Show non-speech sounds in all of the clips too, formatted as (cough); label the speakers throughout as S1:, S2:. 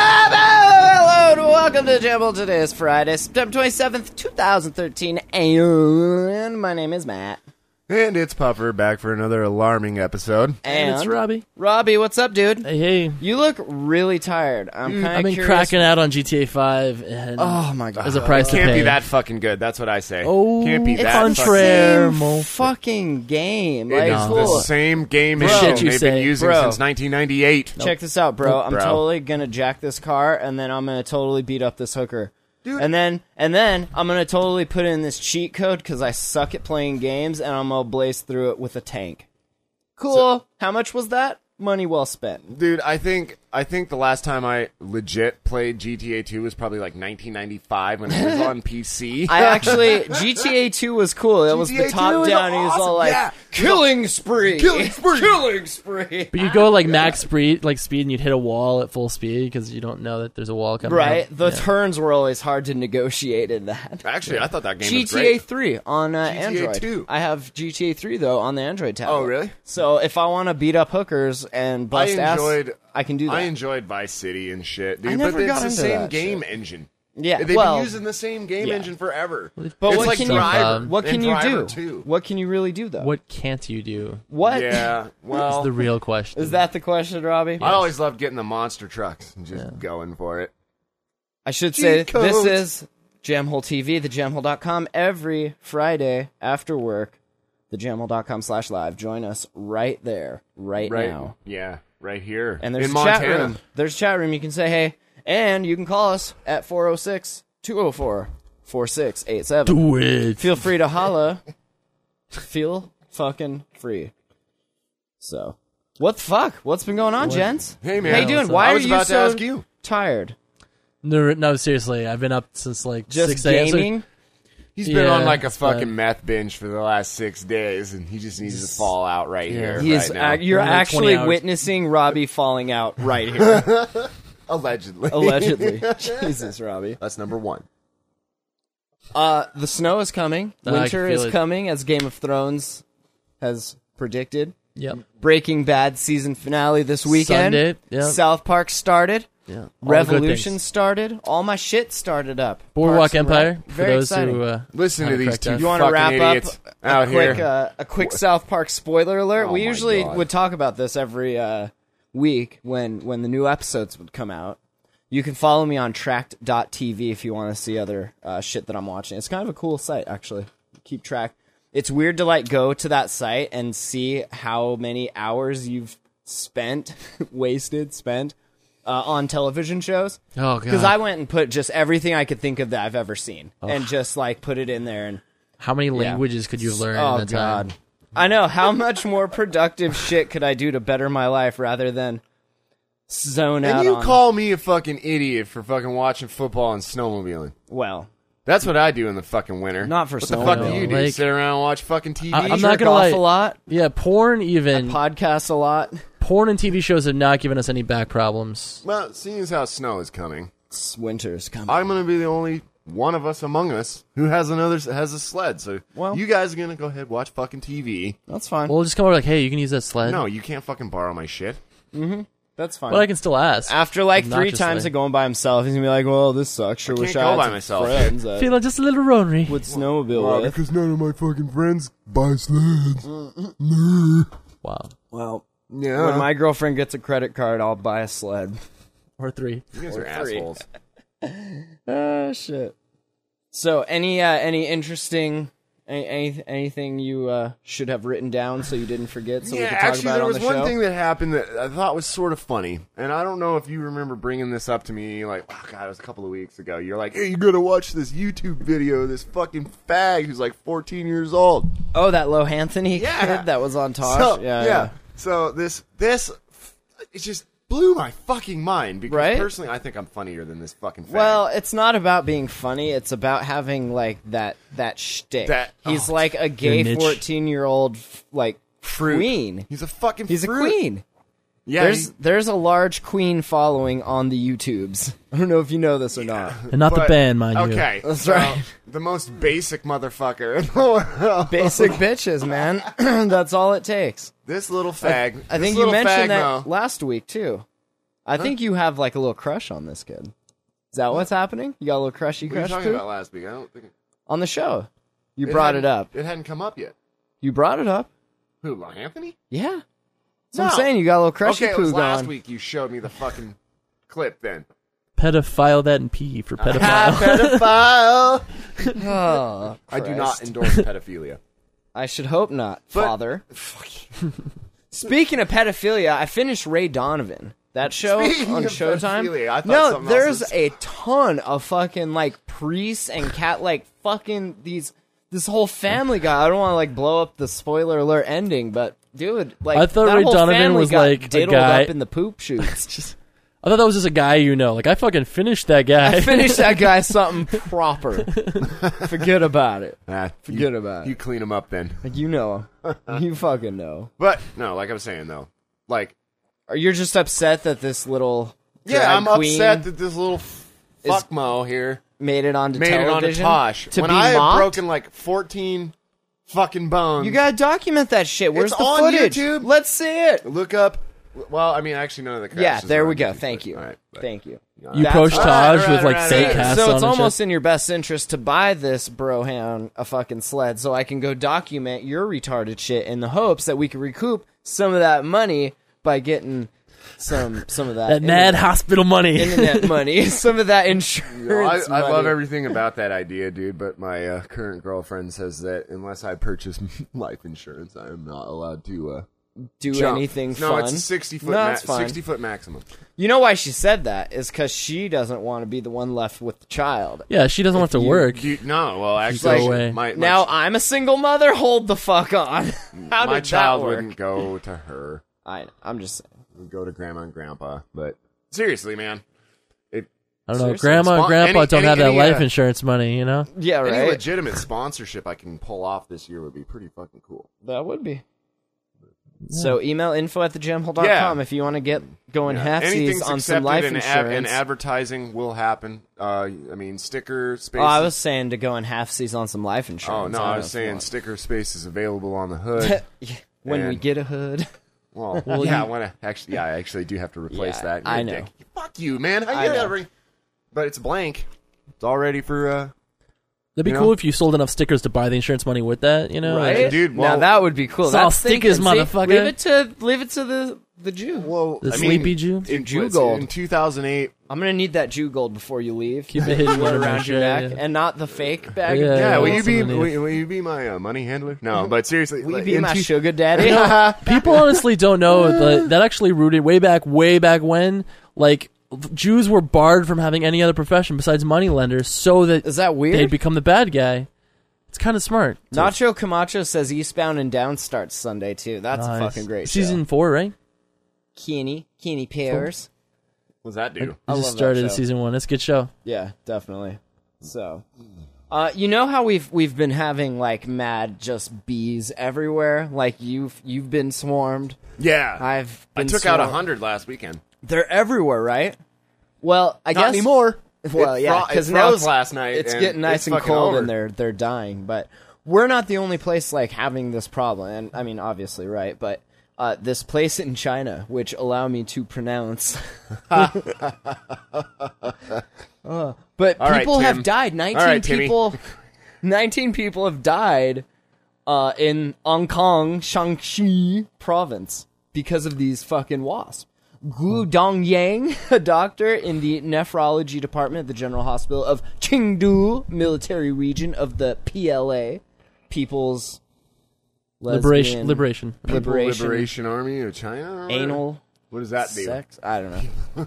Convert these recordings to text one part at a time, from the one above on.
S1: Hello and welcome to the Jamble. Today is Friday, September 27th, 2013, and my name is Matt.
S2: And it's Puffer back for another alarming episode.
S1: And,
S3: it's Robbie.
S1: Robbie, what's up, dude?
S3: Hey, hey.
S1: You look really tired. I'm kind of
S3: Mm, I've been cracking out on GTA 5 and
S1: Oh my god.
S3: as a price to
S2: Can't be
S3: pay.
S2: that fucking good. That's what I say.
S3: Oh,
S2: can't be
S1: it's
S2: that.
S1: the
S2: fucking-
S1: same
S3: Contrary.
S1: fucking game.
S2: It
S1: Like,
S2: is
S1: cool.
S2: the same game
S3: Bro.
S2: engine
S3: Shit you
S2: they've
S3: say.
S2: been using
S1: Bro.
S2: since 1998.
S1: Check this out, bro. I'm
S2: Bro.
S1: totally gonna jack this car, and then I'm gonna totally beat up this hooker. And then, and then I'm gonna totally put in this cheat code because I suck at playing games, and I'm gonna blaze through it with a tank. Cool. How much was that? Money well
S2: (laughs)
S1: spent.
S2: Dude, I think I think the last time I legit played GTA 2 was probably like 1995 when it
S1: (laughs)
S2: was on PC.
S1: I actually GTA 2 was cool. It was the
S2: GTA
S1: top
S2: 2 is
S1: down. He was all
S2: awesome,
S1: like,
S2: yeah.
S1: "Killing spree, (laughs)
S2: (laughs) Killing spree.
S1: killing spree."
S3: But you go like max speed, like speed, and you'd hit a wall at full speed because you don't know that there's a wall coming.
S1: Right.
S3: up.
S1: The
S3: Yeah.
S1: turns were always hard to negotiate in that.
S2: actually, I thought that game was
S1: GTA
S2: great.
S1: 3 on uh, Android.
S2: 2.
S1: I have GTA 3 though on the Android tablet.
S2: Oh, really?
S1: So if I want to beat up hookers and
S2: I
S1: bust
S2: enjoyed.
S1: ass, I can do that.
S2: I enjoyed Vice City and shit, dude.
S1: never
S2: but it's
S1: got
S2: the
S1: into
S2: same
S1: that
S2: game engine.
S1: yeah.
S2: They've
S1: well,
S2: been using the same game
S1: yeah.
S2: engine forever.
S1: but
S2: it's
S1: what
S2: like
S1: can
S2: Driver
S1: you what
S2: and
S1: can you
S2: Driver
S1: do?
S2: 2.
S1: What can you really do though?
S3: What can't you do?
S1: (laughs) What-
S2: Yeah, well,
S3: Is the real question.
S1: Oh. is that the question, Robbie?
S2: I always loved getting the monster trucks and just going for it.
S1: I should
S2: Cheat
S1: say this
S2: codes.
S1: is Jamhole TV, thejamhole.com every Friday after work, thejamhole.com slash live. Join us right there, right,
S2: Right
S1: now.
S2: Yeah, right here.
S1: And there's
S2: in
S1: a chat
S2: Montana.
S1: room. There's a chat room. You can say hey, and you can call us at 406 204 4687.
S3: do it?
S1: Feel free to holla. Feel fucking free. So, what the fuck? What's been going on, gents?
S2: Hey, man.
S1: How you doing?
S3: What's up?
S1: Why
S2: I was
S1: are
S2: about
S1: you
S2: to
S1: so
S2: ask you.
S1: tired?
S3: No, no, seriously, I've been up since like
S1: Just
S3: six a.m. so-
S1: gaming?
S2: He's been on
S3: Yeah,
S2: like a
S3: it's fine.
S2: fucking meth binge for the last six days, and he just needs to fall out right here.
S1: He is,
S2: right now.
S1: ac- you're
S3: Only 20
S1: actually
S3: hours.
S1: witnessing Robbie falling out right
S3: (laughs)
S1: here,
S2: allegedly.
S1: allegedly. Jesus, Robbie.
S2: (laughs) That's number one.
S1: Uh, the snow is coming.
S3: I can
S1: Winter
S3: feel
S1: is
S3: it.
S1: coming, as Game of Thrones has predicted.
S3: Yep.
S1: Breaking Bad season finale this weekend.
S3: Sunday, yeah.
S1: South Park started.
S3: Yeah. All the good
S1: Revolution
S3: things.
S1: started. All my shit started up.
S3: Boardwalk
S1: Parks and Rec.
S3: Empire. For
S1: Very
S3: those
S1: exciting.
S3: who uh,
S2: Listen to
S3: kinda
S2: these
S3: cracked down.
S2: two
S1: you want
S2: fucking
S1: to wrap
S2: idiots
S1: up a
S2: out
S1: quick,
S2: here. Oh
S1: Uh, a quick South Park spoiler alert. we
S2: my
S1: usually
S2: God.
S1: would talk about this every uh, week when when the new episodes would come out. You can follow me on tracked.tv if you want to see other uh, shit that I'm watching. It's kind of a cool site, actually. Keep track. It's weird to like go to that site and see how many hours you've spent, (laughs) wasted, spent uh, on television shows.
S3: Oh, God.
S1: Because I went and put just everything I could think of that I've ever seen, and just like put it in there and
S3: how many languages could you have learned?
S1: Oh
S3: in that time?
S1: God, I know. How much more productive shit could I do to better my life rather than zone out
S2: and you
S1: on?
S2: call me a fucking idiot for fucking watching football and snowmobiling.
S1: well,
S2: That's what I do in the fucking winter.
S1: Not for
S2: what the fuck do
S3: snowmobiling.
S2: you do?
S3: Like-
S2: Sit around and watch fucking TV?
S3: I- I'm
S1: jerk
S3: not gonna
S1: off
S3: lie.
S1: a lot,
S3: Yeah, porn even
S1: podcast a lot.
S3: porn and TV shows have not given us any back problems.
S2: Well, seeing as how snow is coming,
S1: It's winter's coming.
S2: I'm going to be the only one of us among us who has another has a sled. So
S1: Well-
S2: you guys are going to go ahead watch fucking TV.
S1: That's fine.
S3: We'll just come over like, hey, you can use that sled.
S2: No, you can't fucking borrow my shit.
S1: That's fine.
S3: But I can still ask.
S1: After like three
S3: Obnoxiously.
S1: times of going by himself, he's gonna be like, "Well, this sucks. Sure, wish
S2: can't
S1: I
S2: go
S1: had
S2: by
S1: some
S2: myself.
S1: friends that
S3: Feeling just a little lonely.
S1: (laughs) would snowmobile with."
S2: none of my fucking friends buy sleds.
S3: Wow.
S1: Well,
S2: Yeah,
S1: when my girlfriend gets a credit card, I'll buy a sled.
S3: Or three.
S2: you guys are
S1: three.
S2: assholes.
S1: Ah, Oh shit. So any uh, any interesting Any, any, anything you uh, should have written down so you didn't forget so we
S2: yeah,
S1: could talk
S2: actually,
S1: about it
S2: there
S1: on
S2: was
S1: the
S2: one
S1: show?
S2: thing that happened that I thought was sort of funny, and I don't know if you remember bringing this up to me. Like, oh god, it was a couple of weeks ago. You're like, "Hey, you gotta watch this YouTube video. of This fucking fag who's like 14 years old."
S1: oh, that Lohanthony
S2: Yeah.
S1: kid that was on Tosh.
S2: So,
S1: yeah,
S2: So this this it just blew my fucking mind because
S1: Right?
S2: personally, I think I'm funnier than this fucking. Fag.
S1: Well, it's not about being funny. It's about having like that that shtick.
S2: That-
S1: he's
S2: oh,
S1: like a gay
S3: niche.
S1: fourteen year old like queen.
S2: he's a fucking.
S1: He's a
S2: fruit.
S1: queen.
S2: Yeah,
S1: there's
S2: he-
S1: there's a large queen following on the YouTubes. I don't know if you know this or not.
S3: and not the
S2: but-
S3: band, mind you.
S2: Okay,
S1: That's
S2: so,
S1: right.
S2: The most basic motherfucker in the world. (laughs)
S1: Basic bitches, man. (clears throat) That's all it takes.
S2: This little fag.
S1: I
S2: this
S1: think you
S2: little
S1: mentioned
S2: fag-mo.
S1: that last week too. I think you have like a little crush on this kid. Is that what's happening? You got a little crushy
S2: What were you
S1: crush
S2: talking
S1: too?
S2: about last week? I don't think
S1: on the show. You brought it
S2: hadn't-
S1: up.
S2: It hadn't come up yet.
S1: You brought it up.
S2: Who, Long Anthony?
S1: Yeah. So I'm
S2: No.
S1: saying you got a little crushy
S2: okay, it
S1: poo
S2: was last
S1: going.
S2: week. You showed me the fucking clip. Then
S3: Pedophile that and P
S2: (laughs)
S3: for pedophile. (laughs)
S2: pedophile.
S1: (laughs) Oh,
S2: I do
S1: Christ.
S2: not endorse pedophilia.
S1: I should hope not,
S2: But-
S1: father. Speaking of pedophilia, I finished Ray Donovan. That show
S2: Speaking
S1: on
S2: of pedophilia,
S1: Showtime.
S2: I thought
S1: no,
S2: something else
S1: there's
S2: was-
S1: a ton of fucking like priests and cat like fucking these this whole family guy. I don't want to like blow up the spoiler alert ending, but dude, like
S3: I thought
S1: that
S3: Ray
S1: whole
S3: Donovan
S1: family
S3: was
S1: got
S3: like a
S1: diddled
S3: guy-
S1: up in the poop
S3: (laughs)
S1: shoots.
S3: Just- I thought that was just a guy you know. Like I fucking finished that guy.
S1: Finish that guy something proper. Forget about it.
S2: Ah,
S1: Forget
S2: you,
S1: about
S2: You
S1: it.
S2: clean them up then.
S1: Like you know
S2: (laughs)
S1: him. You fucking know.
S2: But no, like I was saying though, like
S1: Or you're just upset that this little drag
S2: yeah, I'm
S1: queen
S2: upset that this little fuckmo here
S1: made it onto
S2: made it on a
S1: television
S2: Tosh
S1: to
S2: when
S1: be
S2: I
S1: mocked.
S2: have broken like 14 fucking bones.
S1: you gotta document that shit. Where's
S2: Um, It's
S1: the
S2: on
S1: footage?
S2: YouTube.
S1: Let's see it.
S2: look up. Well, I mean, actually, none of the crashes
S1: yeah, there
S2: are
S1: we
S2: on
S1: go.
S2: YouTube,
S1: Thank
S2: but-
S1: you.
S2: all right, but-
S1: Thank you.
S3: (laughs) you
S1: That's-
S3: approach
S1: All
S3: Taj
S2: right, all right,
S3: with like
S2: all right,
S3: fake
S2: all right.
S3: casts
S1: so
S3: on
S1: it's
S3: and
S1: almost
S3: shit.
S1: in your best interest to buy this brohan a fucking sled so I can go document your retarded shit in the hopes that we can recoup some of that money by getting some some of that
S3: that mad
S1: internet-
S3: hospital money.
S1: internet money, (laughs) some of that insurance.
S2: No, I, I
S1: money.
S2: love everything about that idea, dude. But my uh, current girlfriend says that unless I purchase (laughs) life insurance, I am not allowed to uh,
S1: do
S2: jump.
S1: anything
S2: No,
S1: fun.
S2: it's a sixty foot.
S1: No,
S2: ma-
S1: it's fine.
S2: sixty foot maximum.
S1: You know why she said that is because she doesn't want to be the one left with the child.
S3: (laughs) yeah, she doesn't want to work.
S2: Do you- no, well,
S3: go
S2: actually,
S3: away.
S2: my, my
S1: Now I'm a single mother. Hold the fuck on. (laughs) How
S2: my
S1: did
S2: child
S1: that work?
S2: wouldn't go to her.
S1: I, I'm just saying.
S2: It would go to grandma and grandpa. But seriously, man, it,
S3: I don't know.
S2: Seriously,
S3: Grandma and
S2: spon-
S3: grandpa
S2: any-
S3: don't
S2: any-
S3: have that
S2: any,
S3: life
S2: uh,
S3: insurance money, you know?
S1: Yeah, right.
S2: any legitimate sponsorship I can pull off this year would be pretty fucking cool.
S1: That would be. So email info at thegymhole.com
S2: Yeah.
S1: if you want to get going
S2: Yeah.
S1: halfsies
S2: Anything's
S1: on
S2: accepted
S1: some life
S2: and, ad-
S1: insurance.
S2: and advertising will happen. Uh, I mean, sticker space.
S1: oh, I was saying to go in halfsies on some life insurance.
S2: Oh no,
S1: don't
S2: I
S1: know
S2: was
S1: if you
S2: saying
S1: want-
S2: sticker space is available on
S1: (laughs)
S2: the hood.
S1: Yeah, when we
S2: And-
S1: get a hood.
S2: well, yeah, I want to actually. Yeah, I actually do have to replace
S1: Yeah,
S2: that. You're
S1: I
S2: a
S1: know.
S2: dick. Fuck you, man. How
S1: I
S2: you
S1: know.
S2: gotta bring- But it's blank. It's already for uh,
S3: That'd be
S2: You know?
S3: cool if you sold enough stickers to buy the insurance money with that, you know?
S2: (laughs) Right? dude,
S1: now
S2: well-
S1: that would be cool.
S3: It's all
S1: That's
S3: stickers,
S1: thinking, see?
S3: motherfucker.
S1: Leave it to leave it to the the Jew.
S2: Well,
S3: The sleepy Jew?
S2: in,
S1: Jew
S2: what's-
S1: gold.
S2: in 2008.
S1: I'm gonna need that Jew gold before you leave.
S3: Keep
S2: (laughs)
S3: it hidden
S1: Put it
S3: under my
S1: around your
S3: shirt,
S1: neck,
S3: yeah.
S1: and not the fake bag.
S3: Yeah.
S1: of
S2: Yeah,
S3: Uh,
S2: will you
S3: what's
S2: be
S3: underneath?
S2: will, will you be my uh, money handler? No, but seriously,
S1: Will you
S2: like,
S1: be
S2: in
S1: my
S2: two-
S1: (laughs) sugar
S2: (laughs)
S1: daddy? (laughs)
S3: People honestly don't know that that actually rooted way back, way back when, like, Jews were barred from having any other profession besides moneylenders so that,
S1: Is that weird?
S3: they'd become the bad guy. It's kind of smart.
S1: Nacho Camacho says Eastbound and Down starts Sunday too. That's a
S3: Nice.
S1: fucking great
S3: Season four, right?
S1: show. Keeny, Keeny Pears.
S2: What's that do?
S3: I
S1: love
S3: just
S1: that
S3: started
S1: show.
S3: season one. That's a good show.
S1: Yeah, definitely. So, uh, you know how we've we've been having like mad just bees everywhere. Like you've you've been swarmed.
S2: Yeah,
S1: I've
S2: I
S1: been
S2: took out
S1: swarmed.
S2: a hundred last weekend.
S1: They're everywhere, right? Well, I
S2: Not
S1: guess
S2: anymore.
S1: Well,
S2: It
S1: yeah,
S2: fro- it
S1: because now
S2: froze
S1: it's,
S2: last night
S1: It's
S2: and
S1: getting nice
S2: it's
S1: and
S2: fucking
S1: cold,
S2: over.
S1: and they're they're dying. But we're not the only place like having this problem. And I mean, obviously, right? But uh, this place in China, which allow me to pronounce,
S2: (laughs)
S1: (laughs) Uh, but
S2: right,
S1: people have
S2: Tim.
S1: died. Nineteen
S2: right, Timmy.
S1: people. (laughs) Nineteen people have died uh, in Hong Kong, Shaanxi province because of these fucking wasps. Gu Dongyang, (laughs) a doctor in the nephrology department at the General Hospital of Chengdu Military Region of the PLA, people's
S3: liberation,
S1: lesbian
S3: liberation.
S1: liberation,
S2: Liberation Army of China? or-
S1: anal
S2: What does that do?
S1: sex. I don't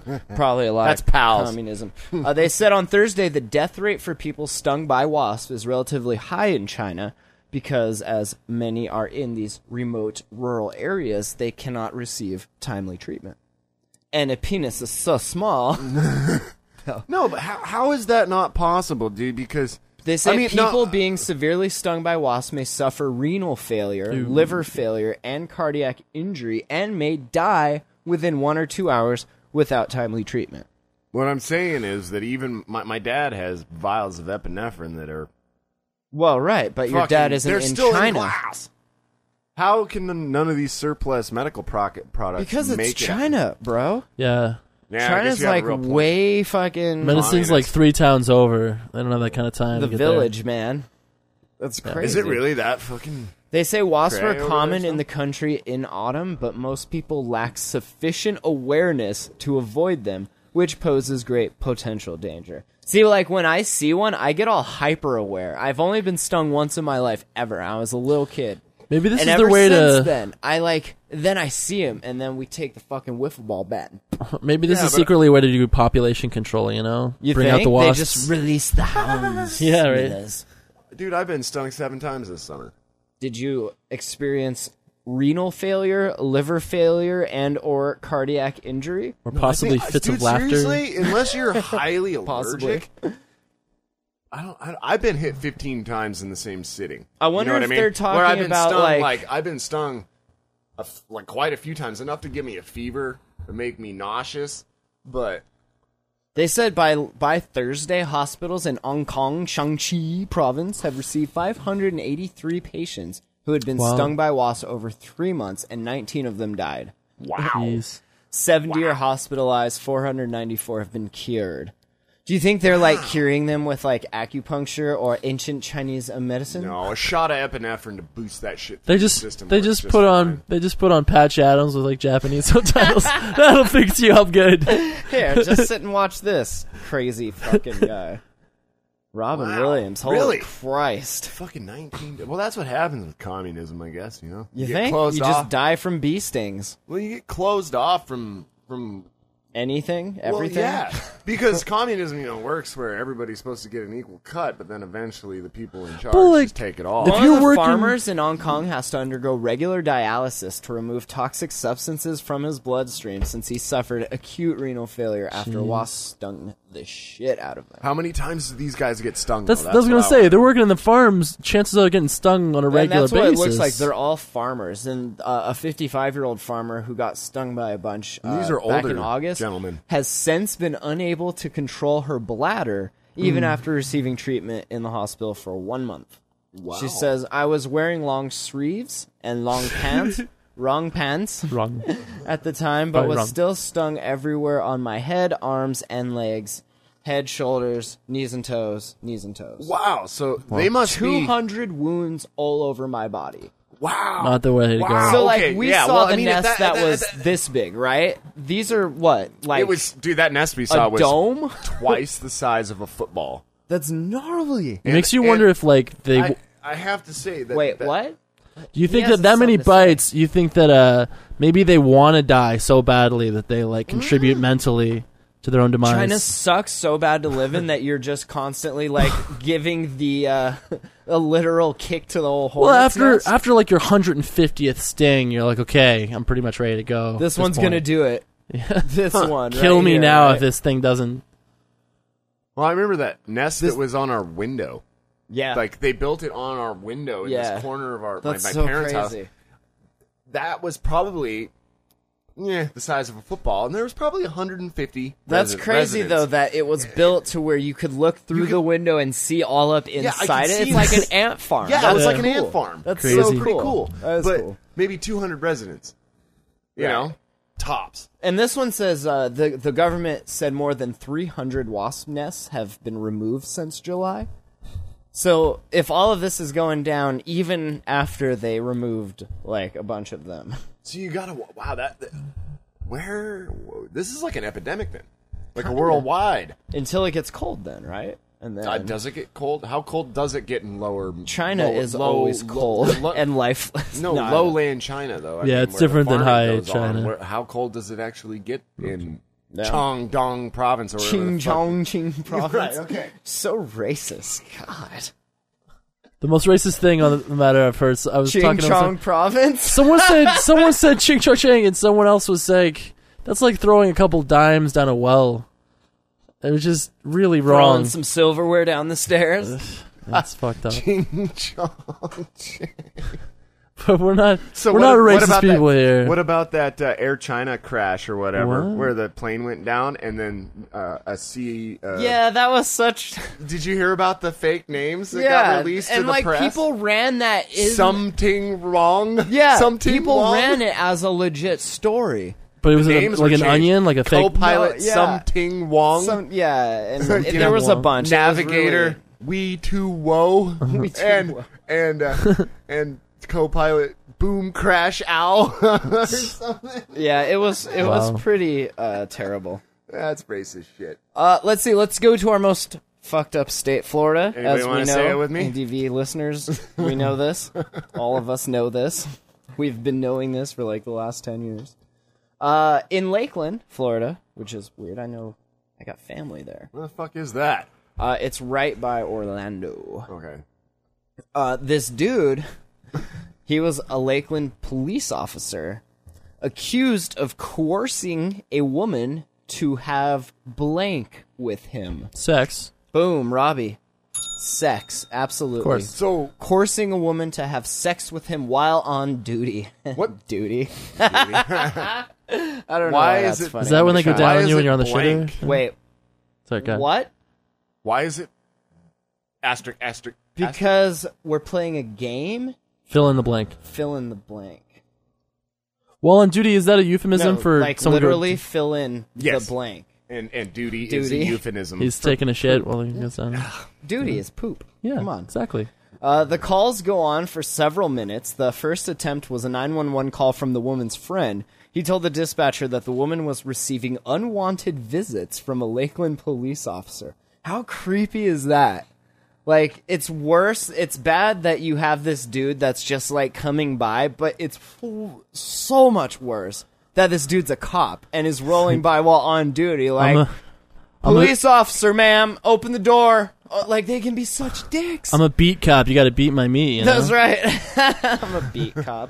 S1: know. Probably a lot.
S2: That's
S1: of
S2: pals.
S1: Communism. Uh, they said on Thursday the death rate for people stung by wasps is relatively high in China because, as many are in these remote rural areas, they cannot receive timely treatment. And a penis is so
S2: (laughs)
S1: small.
S2: No, but how, how is that not possible, dude? Because
S1: They say
S2: I mean, no-
S1: people being severely stung by wasps may suffer renal failure, liver failure, and cardiac injury, and may die within one or two hours without timely treatment.
S2: What I'm saying is that even my, my dad has vials of epinephrine that are
S1: Well, right, but your
S2: fucking-
S1: dad isn't
S2: they're
S1: in
S2: still
S1: China
S2: In glass. How can n- none of these surplus medical proc- products
S1: because it's
S2: make it?
S1: China, bro.
S3: Yeah,
S2: Yeah, I guess
S1: China's
S2: you have a
S1: like
S2: real point.
S1: way fucking
S3: medicine's
S2: Communist.
S3: like three towns over. They don't have that kind of time.
S1: the
S3: to get there.
S1: village, man. That's crazy.
S2: Is it really that fucking?
S1: They say wasps
S2: Prey over
S1: are
S2: there
S1: common
S2: or
S1: in the country in autumn, but most people lack sufficient awareness to avoid them, which poses great potential danger. See, like when I see one, I get all hyper aware. I've only been stung once in my life ever. I was a little kid.
S3: Maybe this
S1: and
S3: is
S1: ever
S3: the way
S1: since
S3: to.
S1: then, I like then I see him, and then we take the fucking wiffle ball bat. and
S3: Maybe this
S2: Yeah,
S3: is
S2: but-
S3: secretly a way to do population control. You know,
S1: You
S3: bring
S1: think
S3: out the
S1: they
S3: wasps.
S1: just release
S3: (laughs)
S1: the hounds?
S3: Yeah, right.
S1: Yes.
S2: Dude, I've been stung seven times this summer.
S1: Did you experience renal failure, liver failure, and or cardiac injury?
S3: or possibly
S2: I think-
S3: fits
S2: dude,
S3: of laughter.
S2: Seriously, unless
S3: (laughs)
S2: you're highly
S1: Possibly.
S2: allergic. I don't, I don't- I've been hit 15 times in the same sitting.
S1: I wonder
S2: you know what
S1: if
S2: I mean?
S1: they're
S2: Where I've
S1: talking
S2: been
S1: about,
S2: stung,
S1: like-
S2: I've been stung, a f- like quite a few times, enough to give me a fever and make me nauseous. But
S1: They said by by Thursday, hospitals in Hong Kong, Shanxi province have received 583 patients who had been
S3: Wow.
S1: stung by wasps over three months, and 19 of them died.
S3: Jeez.
S1: 70 are hospitalized, 494 have been cured. Do you think they're like curing them with like acupuncture or ancient Chinese uh, medicine?
S2: no, a shot of epinephrine to boost that shit.
S3: They
S2: through the
S3: just
S2: system
S3: they
S2: works
S3: just put on
S2: fine.
S3: they just put on Patch Adams with like Japanese (laughs) subtitles. That'll fix you
S1: (laughs)
S3: up good.
S1: Here, just sit and watch this crazy
S2: (laughs)
S1: fucking guy. Robin
S2: Wow,
S1: Williams, holy
S2: really?
S1: Christ.
S2: fucking 19. Well, that's what happens with communism, I guess. You know,
S1: You,
S2: get
S1: think?
S2: closed
S1: You just
S2: off.
S1: die from bee stings.
S2: well, you get closed off from from
S1: Anything? Everything?
S2: Well, yeah, because communism, you know, works where everybody's supposed to get an equal cut, but then eventually the people in charge
S3: But, like,
S2: just take it all.
S3: if
S1: One
S3: you're
S1: of the
S3: working-
S1: farmers in Hong Kong has to undergo regular dialysis to remove toxic substances from his bloodstream since he suffered acute renal failure after wasps stung the shit out of him.
S2: How many times do these guys get stung?
S3: That's,
S2: though?
S3: that's I was gonna
S2: what
S3: say they're working in the farms. Chances are getting stung on a
S1: And
S3: regular
S1: that's what
S3: basis.
S1: it looks like. They're all farmers, and uh, a 55-year-old farmer who got stung by a bunch uh,
S2: These are
S1: back in
S2: older
S1: August
S2: gentlemen.
S1: has since been unable to control her bladder, even after receiving treatment in the hospital for one month.
S2: Wow.
S1: She says, "I was wearing long sleeves and long pants, wrong pants
S3: (laughs) wrong.
S1: at the time, but
S3: Probably
S1: was
S3: wrong.
S1: still stung everywhere on my head, arms, and legs, head, shoulders, knees and toes, knees and toes.
S2: Wow, so they must
S1: Two
S2: be
S1: hundred wounds all over my body.
S2: wow.
S3: Not the way to
S2: Wow.
S3: go.
S1: So
S2: Ah, okay,
S1: like we
S2: yeah,
S1: saw
S2: well,
S1: the
S2: I mean,
S1: nest that,
S2: that- that-
S1: was
S2: that-
S1: this big, right? These are what like
S2: it was dude. That nest we
S1: a
S2: saw was
S1: dome.
S2: twice the size of a football.
S1: That's gnarly.
S3: It makes you
S2: and-
S3: wonder if like they.
S2: I, I have to say that.
S1: Wait,
S2: that-
S1: what?
S3: you think
S1: has
S3: that that many
S1: something to say.
S3: bites? You think that uh maybe they want to die so badly that they like contribute
S1: Mm.
S3: mentally to their own demise.
S1: China sucks so bad to live in that you're just constantly
S2: (laughs)
S1: like giving the uh, (laughs) a literal kick to the whole whole.
S3: well, after after like your hundred and fiftieth sting, you're like, okay, I'm pretty much ready to go. at
S1: this one's
S3: point.
S1: gonna do it. (laughs) This one,
S3: kill
S1: right
S3: me
S1: here,
S3: now
S1: right?
S3: if this thing doesn't.
S2: Well, I remember that nest that was on our window.
S1: Yeah,
S2: Like they built it on our window in
S1: Yeah.
S2: this corner of our my, my
S1: that's so
S2: parents' house.
S1: crazy.
S2: that was probably yeah, the size of a football, and there was probably 150.
S1: That's
S2: resi-
S1: crazy
S2: residents.
S1: though that it was built to where you could look through the window and see all up
S2: I could
S1: inside it. It's
S2: see
S1: like an
S2: this.
S1: ant farm.
S2: Yeah,
S1: That's
S2: it was like an
S1: cool.
S2: ant farm.
S1: That's
S2: so
S3: Crazy.
S2: pretty cool.
S1: That is
S2: but
S1: cool.
S2: maybe 200 residents. You know, tops.
S1: And this one says uh, the the government said more than 300 wasp nests have been removed since July. So if all of this is going down, even after they removed like a bunch of them, (laughs)
S2: So you gotta wow that. that- where whoa, this is like an epidemic then, like a worldwide.
S1: until it gets cold, then right? And then
S2: Uh, does it get cold? How cold does it get in lower
S1: China
S2: low-
S1: is
S2: low-
S1: always
S2: low-
S1: cold (laughs)
S2: lo-
S1: and lifeless. (laughs)
S2: no,
S1: I don't-
S2: lowland China though. I
S3: Yeah,
S2: mean,
S3: it's
S2: where the
S3: different than
S2: farming
S3: high
S2: goes on.
S3: China.
S2: Where- how cold does it actually get in
S1: Yeah.
S2: Chongdong province or wherever
S1: Ching
S2: the fuck-
S1: Chong
S2: (laughs)
S1: Ching province.
S2: Right, okay.
S1: So racist. God.
S3: The most racist thing on the matter I've heard. So I was
S1: Ching
S3: talking to
S1: Chong
S3: someone-
S1: province? (laughs)
S3: someone said someone said ching chong ching, and someone else was like, "That's like throwing a couple dimes down a well." It was just really
S1: Throwing
S3: wrong.
S1: some silverware down the stairs.
S3: (laughs) That's fucked
S1: (laughs)
S3: up.
S2: Ching Chong.
S3: But we're not
S2: So
S3: we're
S2: what,
S3: not
S2: what
S3: racist
S2: about
S3: people
S2: that,
S3: here.
S2: What about that uh, Air China crash or whatever,
S3: What?
S2: where the plane went down and then uh, a sea? Uh,
S1: yeah, that was such.
S2: Did you hear about the fake names that got
S1: yeah,
S2: released to
S1: and
S2: the
S1: like
S2: press?
S1: people ran that is
S2: something wrong.
S1: Yeah,
S2: something
S1: people
S2: wrong?
S1: ran it as a legit story.
S3: but it was
S2: Names
S3: like
S2: were
S3: an
S2: changed.
S3: onion, like a fake.
S2: co-pilot.
S1: No, yeah.
S2: Something wrong.
S1: Some yeah, (laughs) and
S2: You
S1: there
S2: know,
S1: was a bunch. It was
S2: Navigator. We too
S3: (laughs)
S2: woe. we
S1: too
S2: and
S1: woe.
S2: and uh, and co-pilot. Boom crash (laughs)
S3: (laughs)
S2: owl.
S1: really- yeah, it was it
S3: Wow.
S1: was pretty uh, terrible.
S2: That's racist shit.
S1: Uh, let's see. Let's go to our most fucked up state, Florida.
S2: Anybody
S1: as we know,
S2: wanna say it with me?
S1: ADV listeners, we
S2: (laughs)
S1: know this. All of us know this. We've been knowing this for like the last ten years. Uh, in Lakeland, Florida, which is weird. I know I got family there.
S2: What the fuck is that?
S1: Uh, it's right by Orlando.
S2: Okay.
S1: uh, this dude, (laughs) he was a Lakeland police officer accused of coercing a woman to have blank with him.
S3: Sex.
S1: Boom, Robbie. Sex, absolutely. Of
S3: course.
S2: So
S1: Coercing a woman to have sex with him while on duty. (laughs)
S2: What?
S1: duty? (laughs) I don't know.
S2: Why
S1: Why
S2: is
S1: that's
S2: it-
S1: funny.
S3: Is that when they go
S2: Why
S3: down on
S2: is it
S3: you when you're on the shitter?
S2: blank?
S1: Wait,
S3: Sorry, go ahead.
S1: what?
S2: Why is it asterisk asterisk? asterisk.
S1: Because we're playing a game.
S3: Fill in the blank.
S1: Fill in the blank.
S3: Well, on duty is that a euphemism
S1: No,
S3: for
S1: like
S3: someone who- (laughs)
S1: literally fill in
S2: Yes.
S1: the blank.
S2: and and duty, is a
S1: Duty.
S2: euphemism.
S3: He's taking a shit
S1: (laughs)
S3: while he gets down.
S1: Duty is poop.
S3: Yeah,
S1: Come on.
S3: exactly.
S1: Uh, the calls go on for several minutes. The first attempt was a 911 call from the woman's friend. He told the dispatcher that the woman was receiving unwanted visits from a Lakeland police officer. How creepy is that? Like, it's worse. It's bad that you have this dude that's just like coming by, but it's f- so much worse that this dude's a cop and is rolling
S3: (laughs)
S1: by while on duty. Like,
S3: I'm a, I'm a,
S1: police officer, ma'am, open the door. Uh, like, they can be such dicks.
S3: I'm a beat cop. You got to beat my meat. You know?
S1: That's right. (laughs) I'm a beat
S2: (laughs)
S1: cop.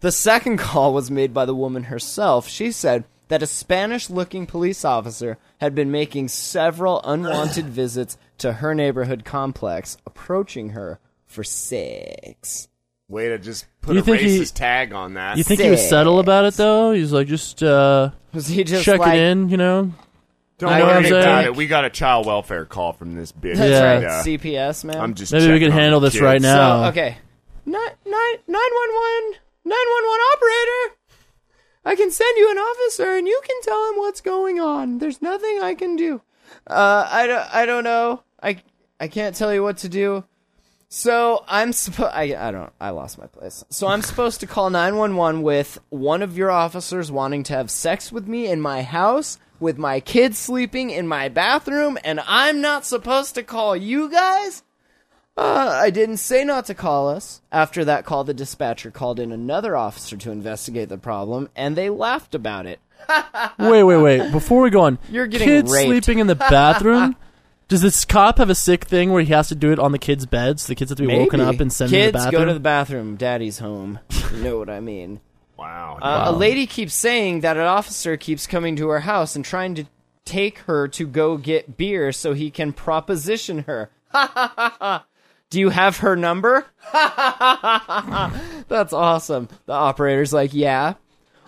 S1: the second call was made by the woman herself. She said that a Spanish looking police officer had been making several
S2: (laughs)
S1: unwanted visits to her neighborhood complex, approaching her for sex.
S2: Way to just put
S3: You
S2: a
S3: think
S2: racist
S3: he-
S2: tag on that.
S3: You think he was subtle about it though? He's like, just uh,
S1: Was he just
S3: check
S1: like,
S3: it in. You know,
S2: Don't
S1: I know
S2: worry
S1: what I'm
S2: about
S1: saying?
S2: it. We got a child welfare call from this bitch.
S1: That's
S3: Yeah.
S1: right,
S2: Yeah.
S1: CPS, man.
S2: I'm just
S3: Maybe we
S2: checking
S3: can
S2: on
S3: handle
S2: the
S3: this right
S2: kids.
S3: now.
S1: So,
S3: Oh.
S1: okay. Nine, nine, 911, 911 operator. I can send you an officer and you can tell him what's going on. There's nothing I can do. Uh, I don't, I don't know. I, I can't tell you what to do. So I'm supposed, I, I don't, I lost my place. So I'm supposed to call 911 with one of your officers wanting to have sex with me in my house, with my kids sleeping in my bathroom, and I'm not supposed to call you guys? Uh, I didn't say not to call us. After that call, the dispatcher called in another officer to investigate the problem, and they laughed about it.
S3: Wait, wait, wait. Before we go on,
S1: uh, (laughs) You're getting
S3: kids
S1: raped.
S3: sleeping
S1: (laughs)
S3: in the bathroom. Does this cop have a sick thing where he has to do it on the kids' beds? The kids have to be woken
S1: Maybe.
S3: up and sent
S1: Kids,
S3: to the bathroom.
S1: go to the bathroom. Daddy's home. You know what I mean.
S2: Wow.
S1: Uh, A lady keeps saying that an officer keeps coming to her house and trying to take her to go get beer so he can proposition her. (laughs) Do you have her number? (laughs) That's awesome. The operator's like, yeah.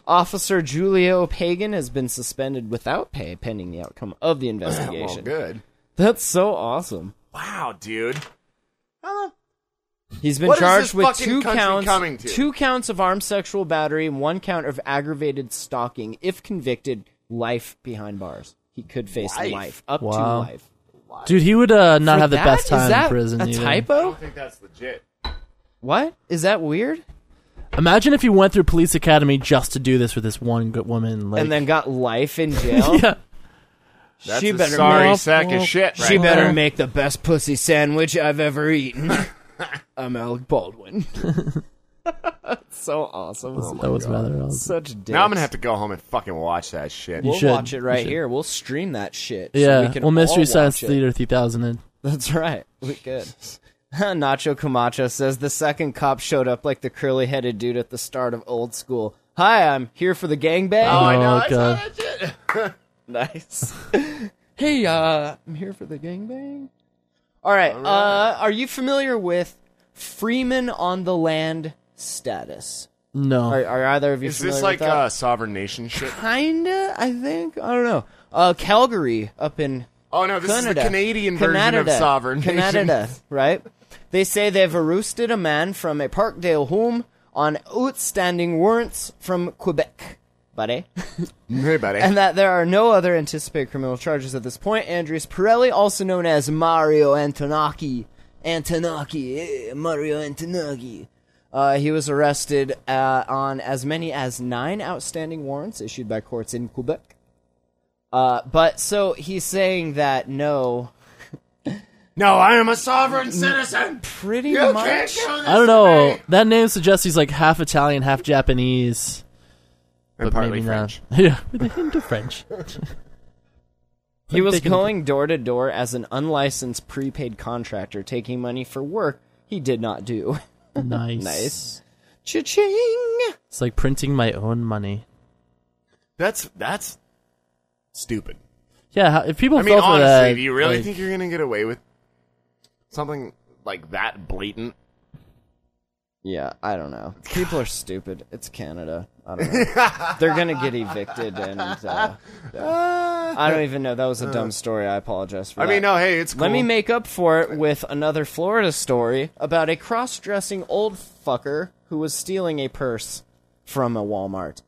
S1: Officer Julio Pagan has been suspended without pay pending the outcome of the
S2: (clears throat) well,
S1: investigation.
S2: good.
S1: That's so awesome.
S2: Wow, dude.
S1: He's been
S2: What is
S1: charged
S2: this
S1: with
S2: fucking
S1: two
S2: country
S1: counts,
S2: coming to?
S1: two counts of armed sexual battery and one count of aggravated stalking. If convicted, life behind bars. He could face life,
S2: Life?
S1: up to
S3: Wow.
S1: life.
S3: Dude, he would uh, not
S1: For
S3: have the
S1: that?
S3: best time
S1: Is that
S3: in prison.
S1: A
S3: either.
S1: typo?
S2: I think that's legit.
S1: What is that weird?
S3: Imagine if you went through police (laughs) academy just to do this with this one good woman. Like,
S1: and then got life in jail.
S3: yeah,
S2: That's
S1: She
S2: a
S1: better
S2: sorry
S1: make-
S2: sack of shit.
S1: She
S2: right
S1: better
S2: there.
S1: make the best pussy sandwich I've ever eaten. (laughs) I'm Alec Baldwin. (laughs) so awesome. Oh
S3: that was rather awesome.
S1: Such dicks.
S2: Now I'm gonna have to go home and fucking watch that shit.
S1: We'll
S3: should.
S1: watch it
S3: You
S1: right
S3: should.
S1: here. We'll stream that shit. so
S3: Yeah,
S1: we can
S3: well, Mystery
S1: all
S3: Science
S1: watch it.
S3: Theater 3000. And
S1: That's right. We could. (laughs) Nacho Camacho says the second cop showed up like the curly headed dude at the start of Old School. Hi, I'm here for the gangbang.
S2: Oh, I know.
S3: Oh,
S2: I saw
S3: God.
S2: that shit.
S1: (laughs) Nice. (laughs) hey, uh, I'm here for the gangbang. All right. Uh, are you familiar with Freeman on the land status?
S3: no,
S1: Are, are either of you
S2: Is
S1: familiar
S2: this like
S1: with that?
S2: uh, sovereign nation shit?
S1: Kinda, I think. I don't know. Uh, Calgary up in
S2: Oh no, this is the
S1: Canada.
S2: Canadian version of
S1: Canada.
S2: sovereign nation. (laughs)
S1: Canada, right? They say they've arrested a man from a Parkdale home on outstanding warrants from Quebec, buddy. (laughs)
S2: Hey, buddy.
S1: and that there are no other anticipated criminal charges at this point. Andreas Pirelli, also known as Mario Antonaki, Antonaki, eh, Mario Antonaki. Uh, he was arrested uh, on as many as nine outstanding warrants issued by courts in Quebec. Uh, but so he's saying that no,
S2: no, I am a sovereign citizen.
S1: Mm, pretty
S2: You can't
S1: much.
S2: do this
S3: I don't
S2: to
S3: know.
S2: me.
S3: That name suggests he's like half Italian, half Japanese,
S2: And
S3: but
S2: partly
S3: maybe
S2: French.
S3: not. (laughs) Yeah, with a hint of (laughs) French.
S1: He was
S3: Taking-
S1: going door to door as an unlicensed prepaid contractor, taking money for work he did not do. (laughs)
S3: Nice.
S1: Nice. Cha-ching!
S3: It's like printing my own money.
S2: That's that's stupid.
S3: Yeah, how- if people
S2: I mean,
S3: fell for
S2: honestly,
S3: that,
S2: do you really
S3: like,
S2: think you're gonna get away with something like that blatant?
S1: Yeah, I don't know. People are stupid. It's Canada. I don't know.
S2: (laughs)
S1: They're gonna get evicted, and uh,
S2: (laughs)
S1: yeah. I don't even know. That was a dumb story. I apologize for
S2: I
S1: that.
S2: mean, no. Hey, it's cool.
S1: Let me make up for it with another Florida story about a cross-dressing old fucker who was stealing a purse from a Walmart.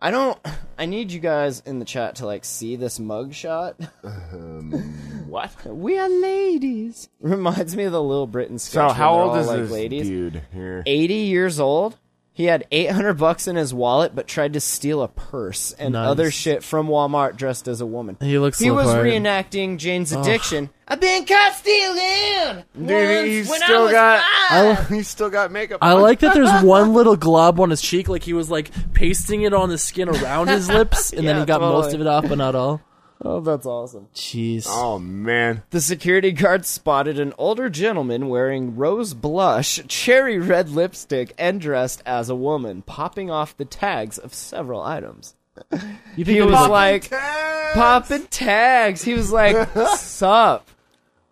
S1: I don't. I need you guys in the chat to like see this mugshot.
S2: Um,
S1: (laughs)
S2: what?
S1: we are ladies. Reminds me of the Little Britain sketch.
S2: So
S1: where
S2: how
S1: they're
S2: old
S1: all,
S2: is
S1: like,
S2: this
S1: ladies.
S2: dude here?
S1: 80 years old. He had 800 bucks in his wallet, but tried to steal a purse and
S3: Nice.
S1: other shit from Walmart dressed as a woman.
S3: He looks
S1: He
S3: so
S1: was
S3: hard.
S1: reenacting Jane's addiction. I've been caught stealing.
S2: Dude,
S1: once
S2: he's
S1: when I
S2: still
S1: was
S2: got
S1: five."
S2: (laughs)
S3: I-
S2: he's still got makeup.
S3: I
S2: on.
S3: like that
S1: (laughs)
S3: there's one little glob on his cheek, like he was like pasting it on the skin
S1: (laughs)
S3: around his lips, and then
S1: Yeah,
S3: he got most
S1: totally.
S3: of it off, but not all.
S1: Oh, that's awesome.
S3: Jeez.
S2: Oh man,
S1: The security guard spotted an older gentleman wearing rose blush, cherry red lipstick, and dressed as a woman, popping off the tags of several items.
S3: you think
S1: He
S3: it
S1: was
S3: was like,
S1: like, popping tags. He was like, "Sup?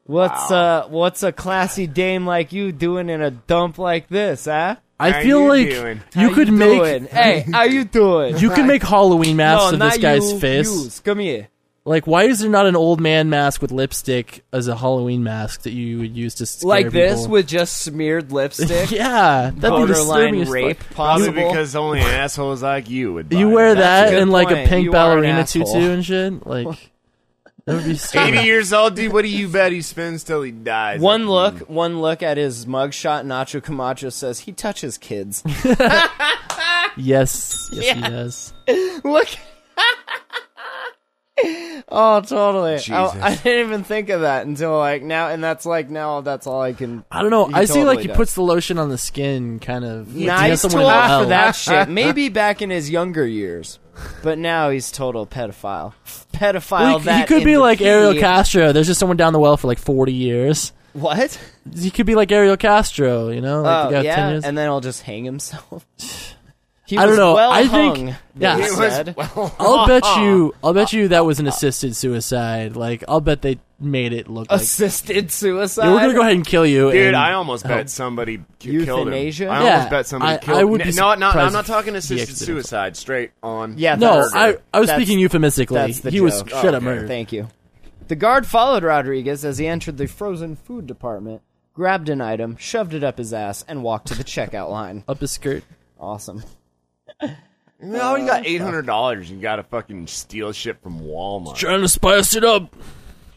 S1: What's uh what's a classy dame like you doing in a dump like this, huh?
S3: I
S2: How
S3: feel
S2: you
S3: like
S2: doing?
S3: you
S1: How
S3: could
S1: you
S3: make
S1: doing?
S3: (laughs)
S1: Hey, how you doing?
S3: you could make Halloween
S1: no,
S3: masks of
S1: not
S3: this guy's
S1: you,
S3: face.
S1: yous. Come here.
S3: Like, why is there not an old man mask with lipstick as a Halloween mask that you would use to scare
S1: Like this
S3: (laughs) people?
S1: with just smeared lipstick.
S3: (laughs) yeah, that'd be
S1: Borderline
S3: disturbing as fuck.
S1: rape,
S2: probably
S1: possible.
S2: because only assholes like you would. Buy
S3: You wear
S2: it.
S1: That's a
S3: that
S1: good
S3: and like
S1: point.
S3: a pink
S1: You are an
S3: ballerina
S1: asshole.
S3: tutu and shit. Like,
S1: (laughs)
S3: that would
S2: (laughs)
S3: be
S2: Eighty
S3: scary.
S2: years old, dude. What do you bet he spends till he dies?
S1: One look, one look at his mugshot. Nacho Camacho says he touches kids.
S3: Yes, yes, he does.
S1: Look. oh, totally. I, I
S2: Jesus.
S1: didn't even think of that until like now, and that's like now that's all I can.
S3: I don't know.
S1: He
S3: I see like
S1: totally
S3: he
S1: does.
S3: puts the lotion on the skin, kind of. like, to get
S1: Nice
S3: someone
S1: tool
S3: in the
S1: for
S3: hell. (laughs)
S1: that shit. Maybe back in his younger years, but now he's total pedophile. Pedophile.
S3: He-
S1: that
S3: he could
S1: in
S3: be
S1: the
S3: like
S1: key.
S3: Ariel Castro. There's just someone down the well for like 40 years.
S1: What?
S3: He could be like Ariel Castro, you know? Like the
S1: oh
S3: guy with 10
S1: yeah,
S3: years.
S1: and then I'll just hang
S3: (sighs)
S1: himself. He
S3: I don't
S1: was
S3: know.
S1: Well
S3: I
S1: hung,
S3: think-
S1: they
S3: yeah. He
S2: It was-
S1: said.
S2: well,
S1: (laughs)
S3: I'll bet you. I'll bet you that was an assisted suicide. Like I'll bet they made it look like
S1: assisted suicide.
S3: Yeah, we're gonna go ahead and kill you,
S2: Dude,
S3: and-
S2: I almost bet somebody k- killed him. I
S1: Euthanasia?
S3: Yeah,
S2: almost bet somebody
S3: I-
S2: killed
S3: I would
S2: N-
S3: be
S2: No, no, I'm
S3: surprised
S2: not
S3: if
S2: talking
S3: he
S2: assisted
S3: accidentally-
S2: suicide. Straight on.
S1: Yeah,
S3: no,
S1: that's-
S3: I I was
S1: that's-
S3: speaking euphemistically.
S1: That's the
S3: he was
S1: joke.
S3: straight up
S2: Okay.
S3: murdered.
S1: Thank you. The guard followed Rodriguez as he entered the frozen food department, grabbed an item, shoved it up his ass, and walked to the checkout line.
S3: Up his skirt.
S1: Awesome.
S2: No, you got eight hundred dollars. You got to fucking steal shit from Walmart.
S3: Trying to spice it up.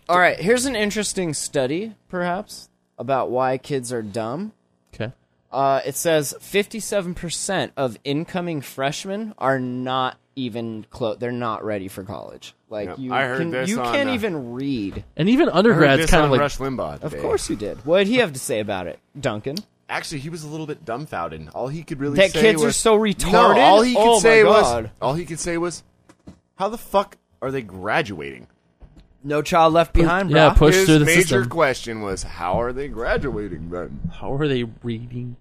S1: All right, here's an interesting study, perhaps, about why kids are dumb.
S3: Okay.
S1: Uh, it says 57% of incoming freshmen are not even close. They're not ready for college. Like
S2: Yep.
S1: you,
S2: I heard
S1: can,
S2: this
S1: you
S2: on,
S1: can't
S2: uh,
S1: even read.
S3: And even
S2: I heard
S3: undergrad's
S2: this
S3: kind
S2: on
S3: of like
S2: Rush Limbaugh.
S1: Of
S2: today.
S1: course you did. What did he have to say about it, Duncan?
S2: Actually, he was a little bit dumbfounded. All he could really
S1: That
S2: say
S1: kids are
S2: was-
S1: so
S2: No,
S1: retarded?
S2: all he could
S1: Oh my
S2: say was
S1: God.
S2: all he could say was, "How the fuck are they graduating?"
S1: No child left behind.
S3: yeah,
S1: brah.
S3: push
S2: His
S3: through the
S2: major
S3: system.
S2: question was, "How are they graduating then?"
S3: How are they reading?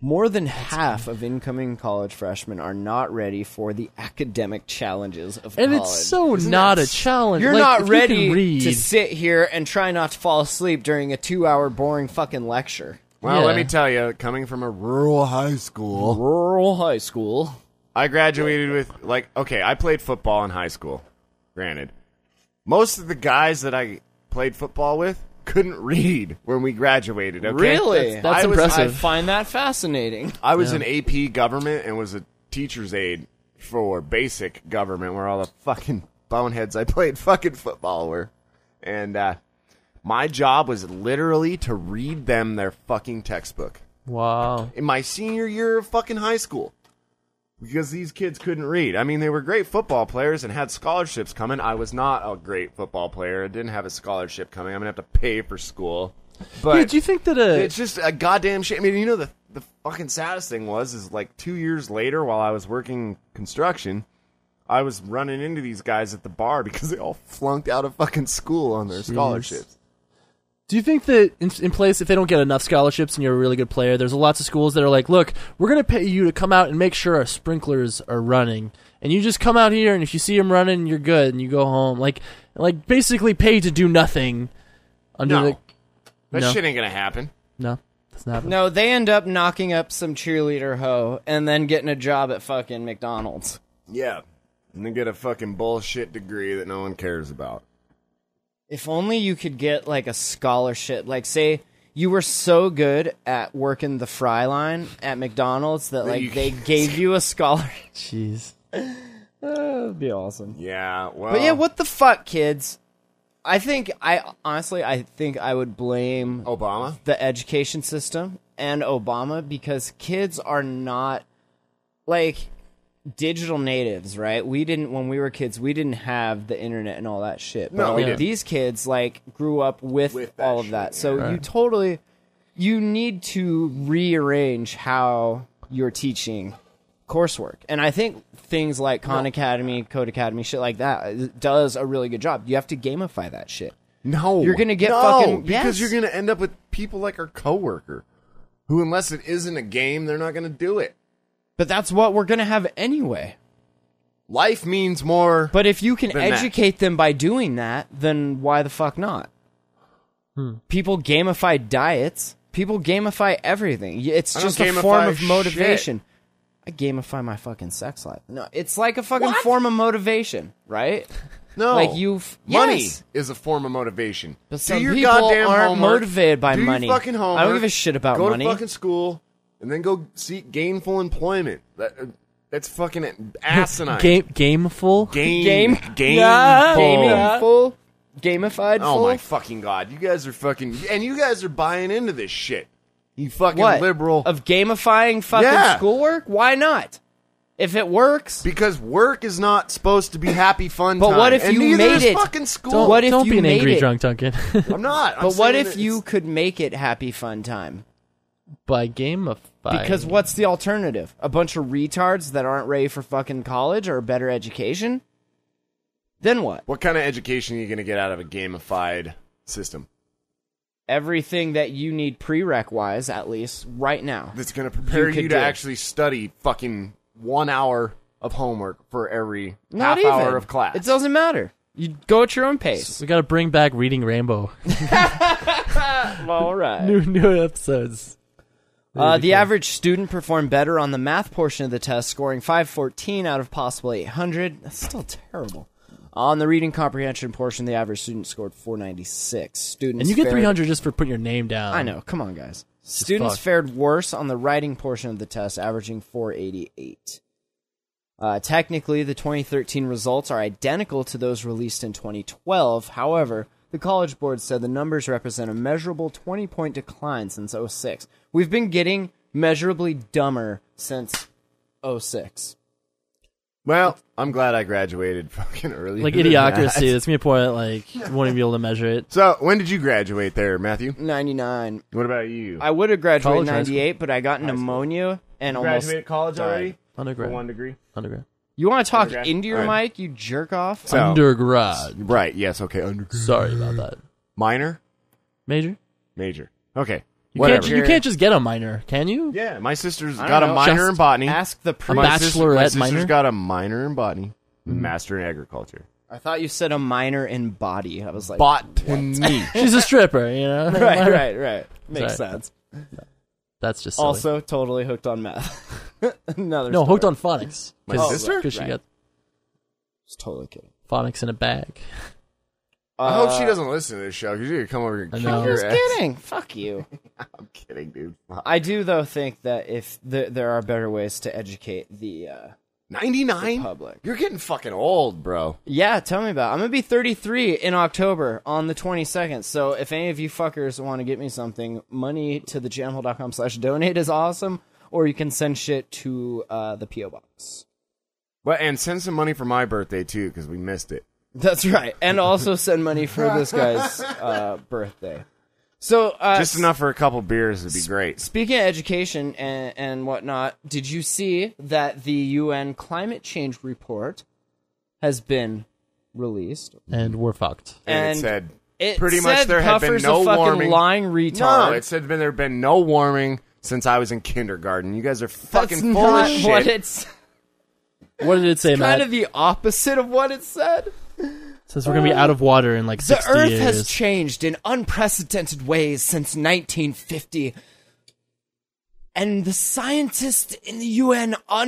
S1: More than half of incoming college freshmen are not ready for the academic challenges of
S3: And
S1: college.
S3: it's so not a challenge.
S1: You're
S3: Like,
S1: not
S3: if you
S1: ready
S3: can read,
S1: to sit here and try not to fall asleep during a two-hour boring fucking lecture.
S2: Well, let
S3: Yeah.
S2: me tell you, coming from a rural high school,
S1: Rural high school.
S2: I graduated with like okay, I played football in high school. Granted, most of the guys that I played football with couldn't read when we graduated. Okay?
S1: Really?
S2: That's-
S3: That's
S2: I was-
S1: I
S3: impressive.
S1: find that fascinating.
S2: I was an AP government and was a teacher's aide for basic government, where all the fucking boneheads I played fucking football were, and uh, my job was literally to read them their fucking textbook
S3: wow.
S2: in my senior year of fucking high school because these kids couldn't read. I mean, they were great football players and had scholarships coming. I was not a great football player. I didn't have a scholarship coming. I'm gonna have to pay for school. But
S3: Yeah, do you think that a
S2: it's just a goddamn shame. I mean, you know the the fucking saddest thing was is like two years later, while I was working construction, I was running into these guys at the bar (laughs) because they all flunked out of fucking school on their scholarships.
S3: Do you think that in, in place, if they don't get enough scholarships and you're a really good player, there's lots of schools that are like, look, we're going to pay you to come out and make sure our sprinklers are running. And you just come out here, and if you see them running, you're good, and you go home. Like, like basically paid to do nothing under
S2: No.
S3: the.
S2: That
S3: No.
S2: shit ain't gonna happen.
S3: No, that's not.
S1: No, they end up knocking up some cheerleader hoe and then getting a job at fucking McDonald's.
S2: Yeah. And then get a fucking bullshit degree that no one cares about.
S1: If only you could get like a scholarship. Like, say you were so good at working the fry line at McDonald's that
S2: you
S1: like they
S2: can't-
S1: gave you a scholarship.
S3: Jeez.
S1: (laughs) That'd be awesome.
S2: Yeah, well.
S1: But yeah, what the fuck, kids? I think I honestly I think I would blame
S2: Obama?
S1: the education system and Obama because kids are not like digital natives, right? We didn't when we were kids, we didn't have the internet and all that shit.
S2: No,
S1: But,
S2: we
S1: like,
S2: didn't.
S1: these kids like grew up with,
S2: With that
S1: all of
S2: shit,
S1: that. So you totally you need to rearrange how you're teaching coursework. And I think things like Khan Academy, Code Academy, shit like that uh, does a really good job. You have to gamify that shit.
S2: No.
S1: You're gonna get
S2: No,
S1: fucking-
S2: Because
S1: yes.
S2: you're going to end up with people like our coworker who, unless it isn't a game, they're not going to do it.
S1: But that's what we're going to have anyway.
S2: Life means more.
S1: But if you can
S2: than that.
S1: educate them by doing that, then why the fuck not? People gamify diets. People gamify everything. Y- It's
S2: I don't
S1: just a form
S2: gamify
S1: of motivation. I gamify my fucking sex life. No, it's like a fucking form of motivation, right?
S2: no.
S1: like you've-
S2: Money
S1: Yes.
S2: is a form of motivation.
S1: But some
S2: do your
S1: people
S2: goddamn
S1: aren't
S2: homework,
S1: motivated by
S2: do your
S1: money.
S2: fucking
S1: I don't
S2: homework,
S1: give a shit about
S2: go
S1: money.
S2: Go to fucking school and then go seek gainful employment. That, uh, that's fucking
S1: (laughs)
S2: asinine.
S3: Game,
S2: (laughs)
S3: gameful.
S2: Game.
S1: Game.
S2: Game.
S3: Yeah.
S2: full.
S3: Yeah.
S1: Gaming full, gamified
S2: Oh
S1: full.
S2: my fucking god! You guys are fucking, and you guys are buying into this shit. You fucking
S1: what
S2: liberal.
S1: of gamifying fucking
S2: Yeah.
S1: schoolwork? Why not? If it works,
S2: because work is not supposed to be happy fun.
S1: But
S2: time,
S1: what if
S2: and
S1: you
S2: neither
S1: made
S2: is
S1: it?
S2: Fucking school.
S1: Don't- What if
S3: Don't
S1: you
S3: be an
S1: made
S3: angry
S1: it?
S3: drunk, Duncan.
S2: I'm not. I'm
S1: but what
S2: saying
S1: if
S2: that
S1: you
S2: it's-
S1: could make it happy fun time?
S3: (laughs) By gamify.
S1: Because what's the alternative? A bunch of retards that aren't ready for fucking college or a better education? Then what?
S2: What kind of education are you going to get out of a gamified system
S1: Everything that you need prereq wise, at least right now.
S2: that's going to prepare
S1: You
S2: you,
S1: could
S2: to
S1: do it.
S2: actually study fucking one hour of homework for every
S1: Not
S2: half
S1: even.
S2: hour of class?
S1: It doesn't matter. You go at your own pace.
S3: We got to bring back Reading Rainbow. (laughs)
S1: All right.
S3: new, new episodes.
S1: (laughs) Uh, the average student performed better on the math portion of the test, scoring 514 out of possible 800. That's still terrible. On the reading comprehension portion, the average student scored 496. Students
S3: And you get
S1: fared-
S3: 300 just for putting your name down.
S1: I know. Come on, guys. Students
S3: Um, fuck.
S1: fared worse on the writing portion of the test, averaging 488. Uh, technically, the 2013 results are identical to those released in 2012. However, the College Board said the numbers represent a measurable 20 point decline since 06. We've oh been getting measurably dumber since 06.
S2: Well, I'm glad I graduated (laughs) fucking early.
S3: Like
S2: than
S3: idiocracy.
S2: that.
S3: That's me a point. Like you won't even be able to measure it.
S2: So, when did you graduate there, Matthew?
S1: 99.
S2: What about you?
S1: I would have graduated
S3: College, high school.
S1: 98, but I got pneumonia and almost.
S2: college already?
S3: Undergrad.
S2: degree.
S3: Undergrad.
S1: You want to talk
S2: Undergrad.
S1: into your
S2: Alright.
S1: mic, you jerk off?
S2: So,
S3: Undergrad.
S2: right, yes, okay. Undergrad.
S3: Sorry about that.
S2: Minor?
S3: Major.
S2: Major. Okay.
S3: You
S2: Whatever.
S3: can't. You can't just get a minor, can you?
S2: yeah, my sister's
S1: I don't
S2: got a
S1: know.
S2: minor
S3: Just
S2: in botany.
S1: Ask the priest.
S2: my sister, my
S3: bachelorette
S2: sister's
S3: minor?
S2: got a minor in botany,
S1: Hmm.
S2: master in agriculture.
S1: I thought you said a minor in body. I was like,
S2: Botany.
S3: She's a stripper. You know.
S1: (laughs) right, right, right. Makes
S3: Sorry.
S1: sense.
S3: That's just silly.
S1: Also, totally hooked on meth. (laughs) Another
S3: no hooked
S1: story.
S3: on phonics.
S2: My sister?
S3: because she
S1: Right.
S3: got
S1: Just totally kidding.
S3: phonics in a bag.
S2: I hope she doesn't listen to this show because you're gonna come over here and
S3: I
S2: kick
S3: know.
S2: your
S1: Uh, Just
S2: ass.
S1: kidding. Fuck you.
S3: (laughs)
S2: I'm kidding, dude.
S1: I do though think that if th- there are better ways to educate the. Uh,
S2: Ninety
S1: The
S2: nine.
S1: public.
S2: You're getting fucking old, bro.
S1: yeah, tell me about. It. I'm gonna be 33 in October on the 22nd. So if any of you fuckers want to get me something, money to the jamhole.com slash donate is awesome. Or you can send shit to uh, the PO box.
S2: But and send some money for my birthday too because we missed it.
S1: That's right, and also send money for this guy's uh, birthday. So uh,
S2: Just enough for a couple beers would be great.
S1: Speaking of education and, and whatnot, did you see that the UN climate change report has been released?
S3: And we're fucked.
S2: And,
S1: And
S2: it said
S1: It
S2: pretty much
S1: said
S2: there had been
S1: Puffer's
S2: no
S1: a fucking
S2: warming.
S1: lying retard.
S2: No, it said been- there had been no warming since I was in kindergarten. You guys are
S1: That's
S2: fucking full
S1: not
S2: of shit.
S1: what it's
S3: What did it say, Matt?
S1: kind of the opposite of what it said.
S3: Says we're gonna be out of water in like
S1: The
S3: 60
S1: Earth
S3: years.
S1: has changed in unprecedented ways since 1950. And the scientists in the UN are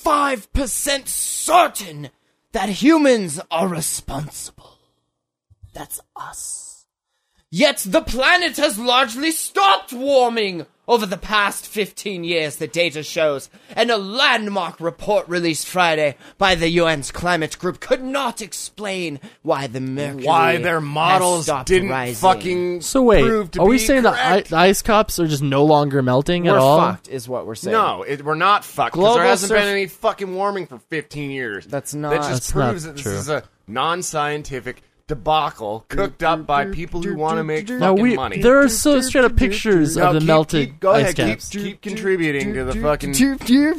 S1: 95% certain that humans are responsible. That's us. Yet the planet has largely stopped warming over the past 15 years, the data shows, and a landmark report released Friday by the UN's climate group could not explain why the mercury
S2: Why their
S1: has
S2: models
S1: stopped
S2: didn't
S1: rising.
S2: fucking
S3: So wait,
S2: prove to
S3: are we
S2: be
S3: saying the i-
S2: correct.
S3: the ice cups are just no longer melting at all?
S1: is what we're saying.
S2: No, it, we're not fucked. 'cause
S1: Global
S2: there hasn't been
S1: surf-
S2: any fucking warming for 15 years.
S1: That's not-
S2: That just
S3: That's not
S2: proves that this
S3: true.
S2: is a non-scientific debacle cooked up by people who want to make
S3: Now
S2: fucking
S3: we
S2: money.
S3: there are so straight up pictures
S2: No,
S3: of the
S2: keep-
S3: melted
S2: keep- go
S3: ice
S2: ahead, keep-
S3: caps.
S2: Keep, contributing to the fucking.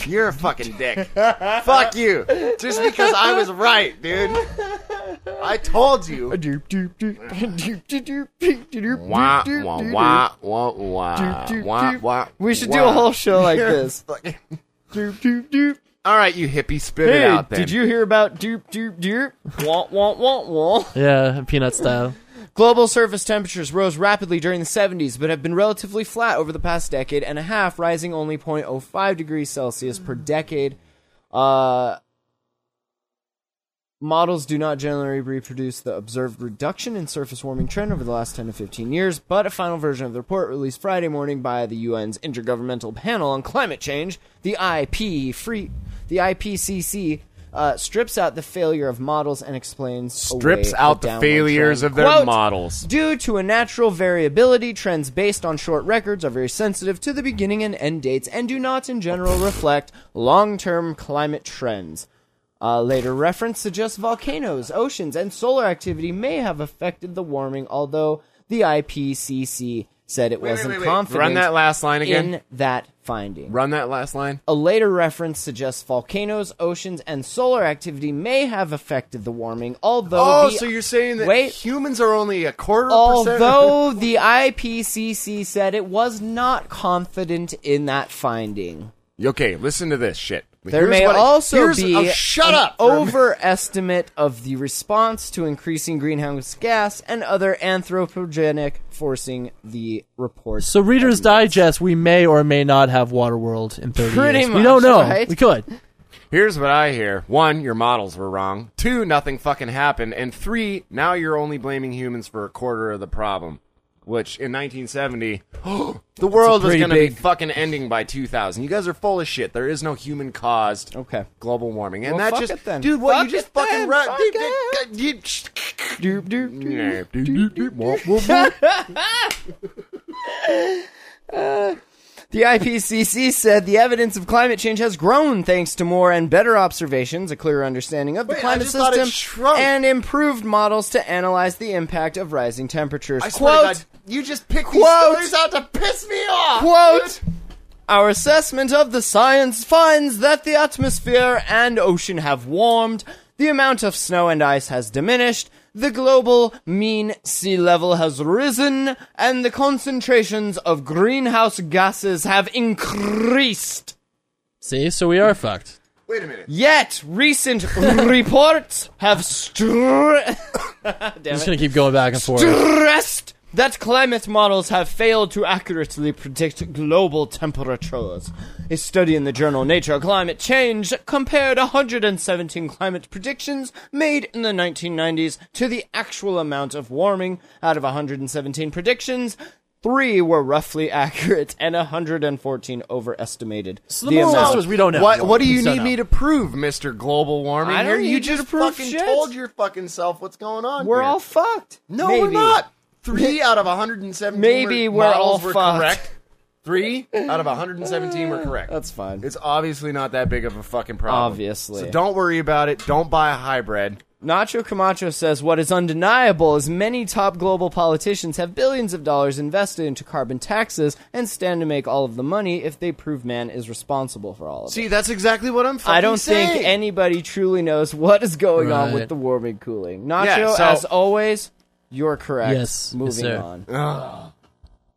S2: You're a fucking dick. Fuck you. Just because I was right, dude. I told you. Wah, wah, wah, wah, wah, wah, wah,
S1: We should do
S2: wah.
S1: a whole show
S2: (laughs)
S1: like this.
S2: Fucking-
S1: Doop, doop, doop.
S2: All right, you hippie, spit it
S1: Hey,
S2: out. Then.
S1: did you hear about doop doop doop? Womp womp womp womp.
S3: Yeah, peanut style.
S1: Global surface temperatures rose rapidly during the 70s, but have been relatively flat over the past decade and a half, rising only 0.05 degrees Celsius per decade. Uh, models do not generally reproduce the observed reduction in surface warming trend over the last 10 to 15 years, but a final version of the report released Friday morning by the UN's Intergovernmental Panel on Climate Change, the IP free, the IPCC. Uh, strips out the failure of models and explains
S2: Strips
S1: away
S2: out the
S1: downward
S2: failures
S1: trend.
S2: of their
S1: Quote,
S2: models.
S1: Due to a natural variability, trends based on short records are very sensitive to the beginning and end dates and do not, in general, reflect long term climate trends. Uh, later reference suggests volcanoes, oceans, and solar activity may have affected the warming, although the IPCC said it wasn't
S2: wait, wait.
S1: confident
S2: Run that last line again.
S1: in that finding.
S2: Run that last line.
S1: A later reference suggests volcanoes, oceans, and solar activity may have affected the warming, although
S2: Oh,
S1: the-
S2: so you're saying that
S1: wait,
S2: humans are only a quarter percent?
S1: Although the IPCC said it was not confident in that finding,
S2: (laughs) okay, listen to this shit.
S1: there
S2: Here's
S1: may
S2: what I-
S1: also
S2: here's-
S1: be
S2: oh, shut
S1: an
S2: up for a minute.
S1: overestimate of the response to increasing greenhouse gas and other anthropogenic forcing the report.
S3: So Reader's Digest, we may or may not have Waterworld in 30
S1: Pretty
S3: years. we
S1: much,
S3: don't know.
S1: right?
S3: We could.
S2: Here's what I hear: one, your models were wrong; two, nothing fucking happened; and three, now you're only blaming humans for a quarter of the problem. Which in 1970, (gasps) the world was
S1: pretty
S2: going to be
S1: big-
S2: fucking ending by 2000. You guys are full of shit. There is no human caused
S1: Okay.
S2: global warming, and
S1: Well,
S2: that
S1: fuck
S2: just
S1: it then.
S2: dude, what
S1: Fuck
S2: you just
S1: it
S2: fucking
S1: then.
S2: right?
S1: Fuck it.
S2: You-
S1: Doop, doop, doop. (laughs)
S2: Yeah. Doop, doop, doop, womp, womp, womp.
S1: The IPCC said the evidence of climate change has grown thanks to more and better observations, a clearer understanding of the
S2: Wait, I
S1: climate
S2: just thought it
S1: system,
S2: shrunk.
S1: and improved models to analyze the impact of rising temperatures.
S2: I swear to
S1: Quote.
S2: God, you just pick
S1: Quote.
S2: these stories out to piss me off.
S1: Quote,
S2: dude.
S1: Our assessment of the science finds that the atmosphere and ocean have warmed, the amount of snow and ice has diminished, the global mean sea level has risen, and the concentrations of greenhouse gases have increased.
S3: See, so we are fucked.
S2: Wait a minute.
S1: Yet, recent (laughs) reports have stressed
S3: I'm just gonna keep going back and forth.
S1: stressed that climate models have failed to accurately predict global temperatures. A study in the journal Nature Climate Change compared 117 climate predictions made in the 1990s to the actual amount of warming. Out of 117 predictions, three were roughly accurate and 114 overestimated.
S3: So the moral of the story is we don't know.
S2: What, what do you
S3: We don't
S2: need
S3: know.
S2: me to prove, Mister Global Warming?
S1: I don't
S2: Here,
S1: need
S2: you
S1: you to
S2: just
S1: prove
S2: fucking
S1: shit.
S2: told your fucking self what's going on.
S1: We're
S2: here.
S1: all fucked.
S2: no, we're
S1: Maybe.
S2: not. Three out of 117
S1: Maybe
S2: were,
S1: we're
S2: models
S1: all
S2: were
S1: fucked. Uh,
S2: correct. Three out of 117 were correct.
S1: That's fine.
S2: It's obviously not that big of a fucking problem.
S1: Obviously.
S2: So don't worry about it. Don't buy a hybrid.
S1: Nacho Camacho says what is undeniable is many top global politicians have billions of dollars invested into carbon taxes and stand to make all of the money if they prove man is responsible for all of it.
S2: See, that's exactly what I'm fucking
S1: I don't
S2: saying.
S1: think anybody truly knows what is going on
S3: Right.
S1: with the warming cooling. Nacho,
S2: Yeah, so-
S1: as always, you're correct.
S3: Yes, yes,
S1: Moving
S3: sir.
S1: on.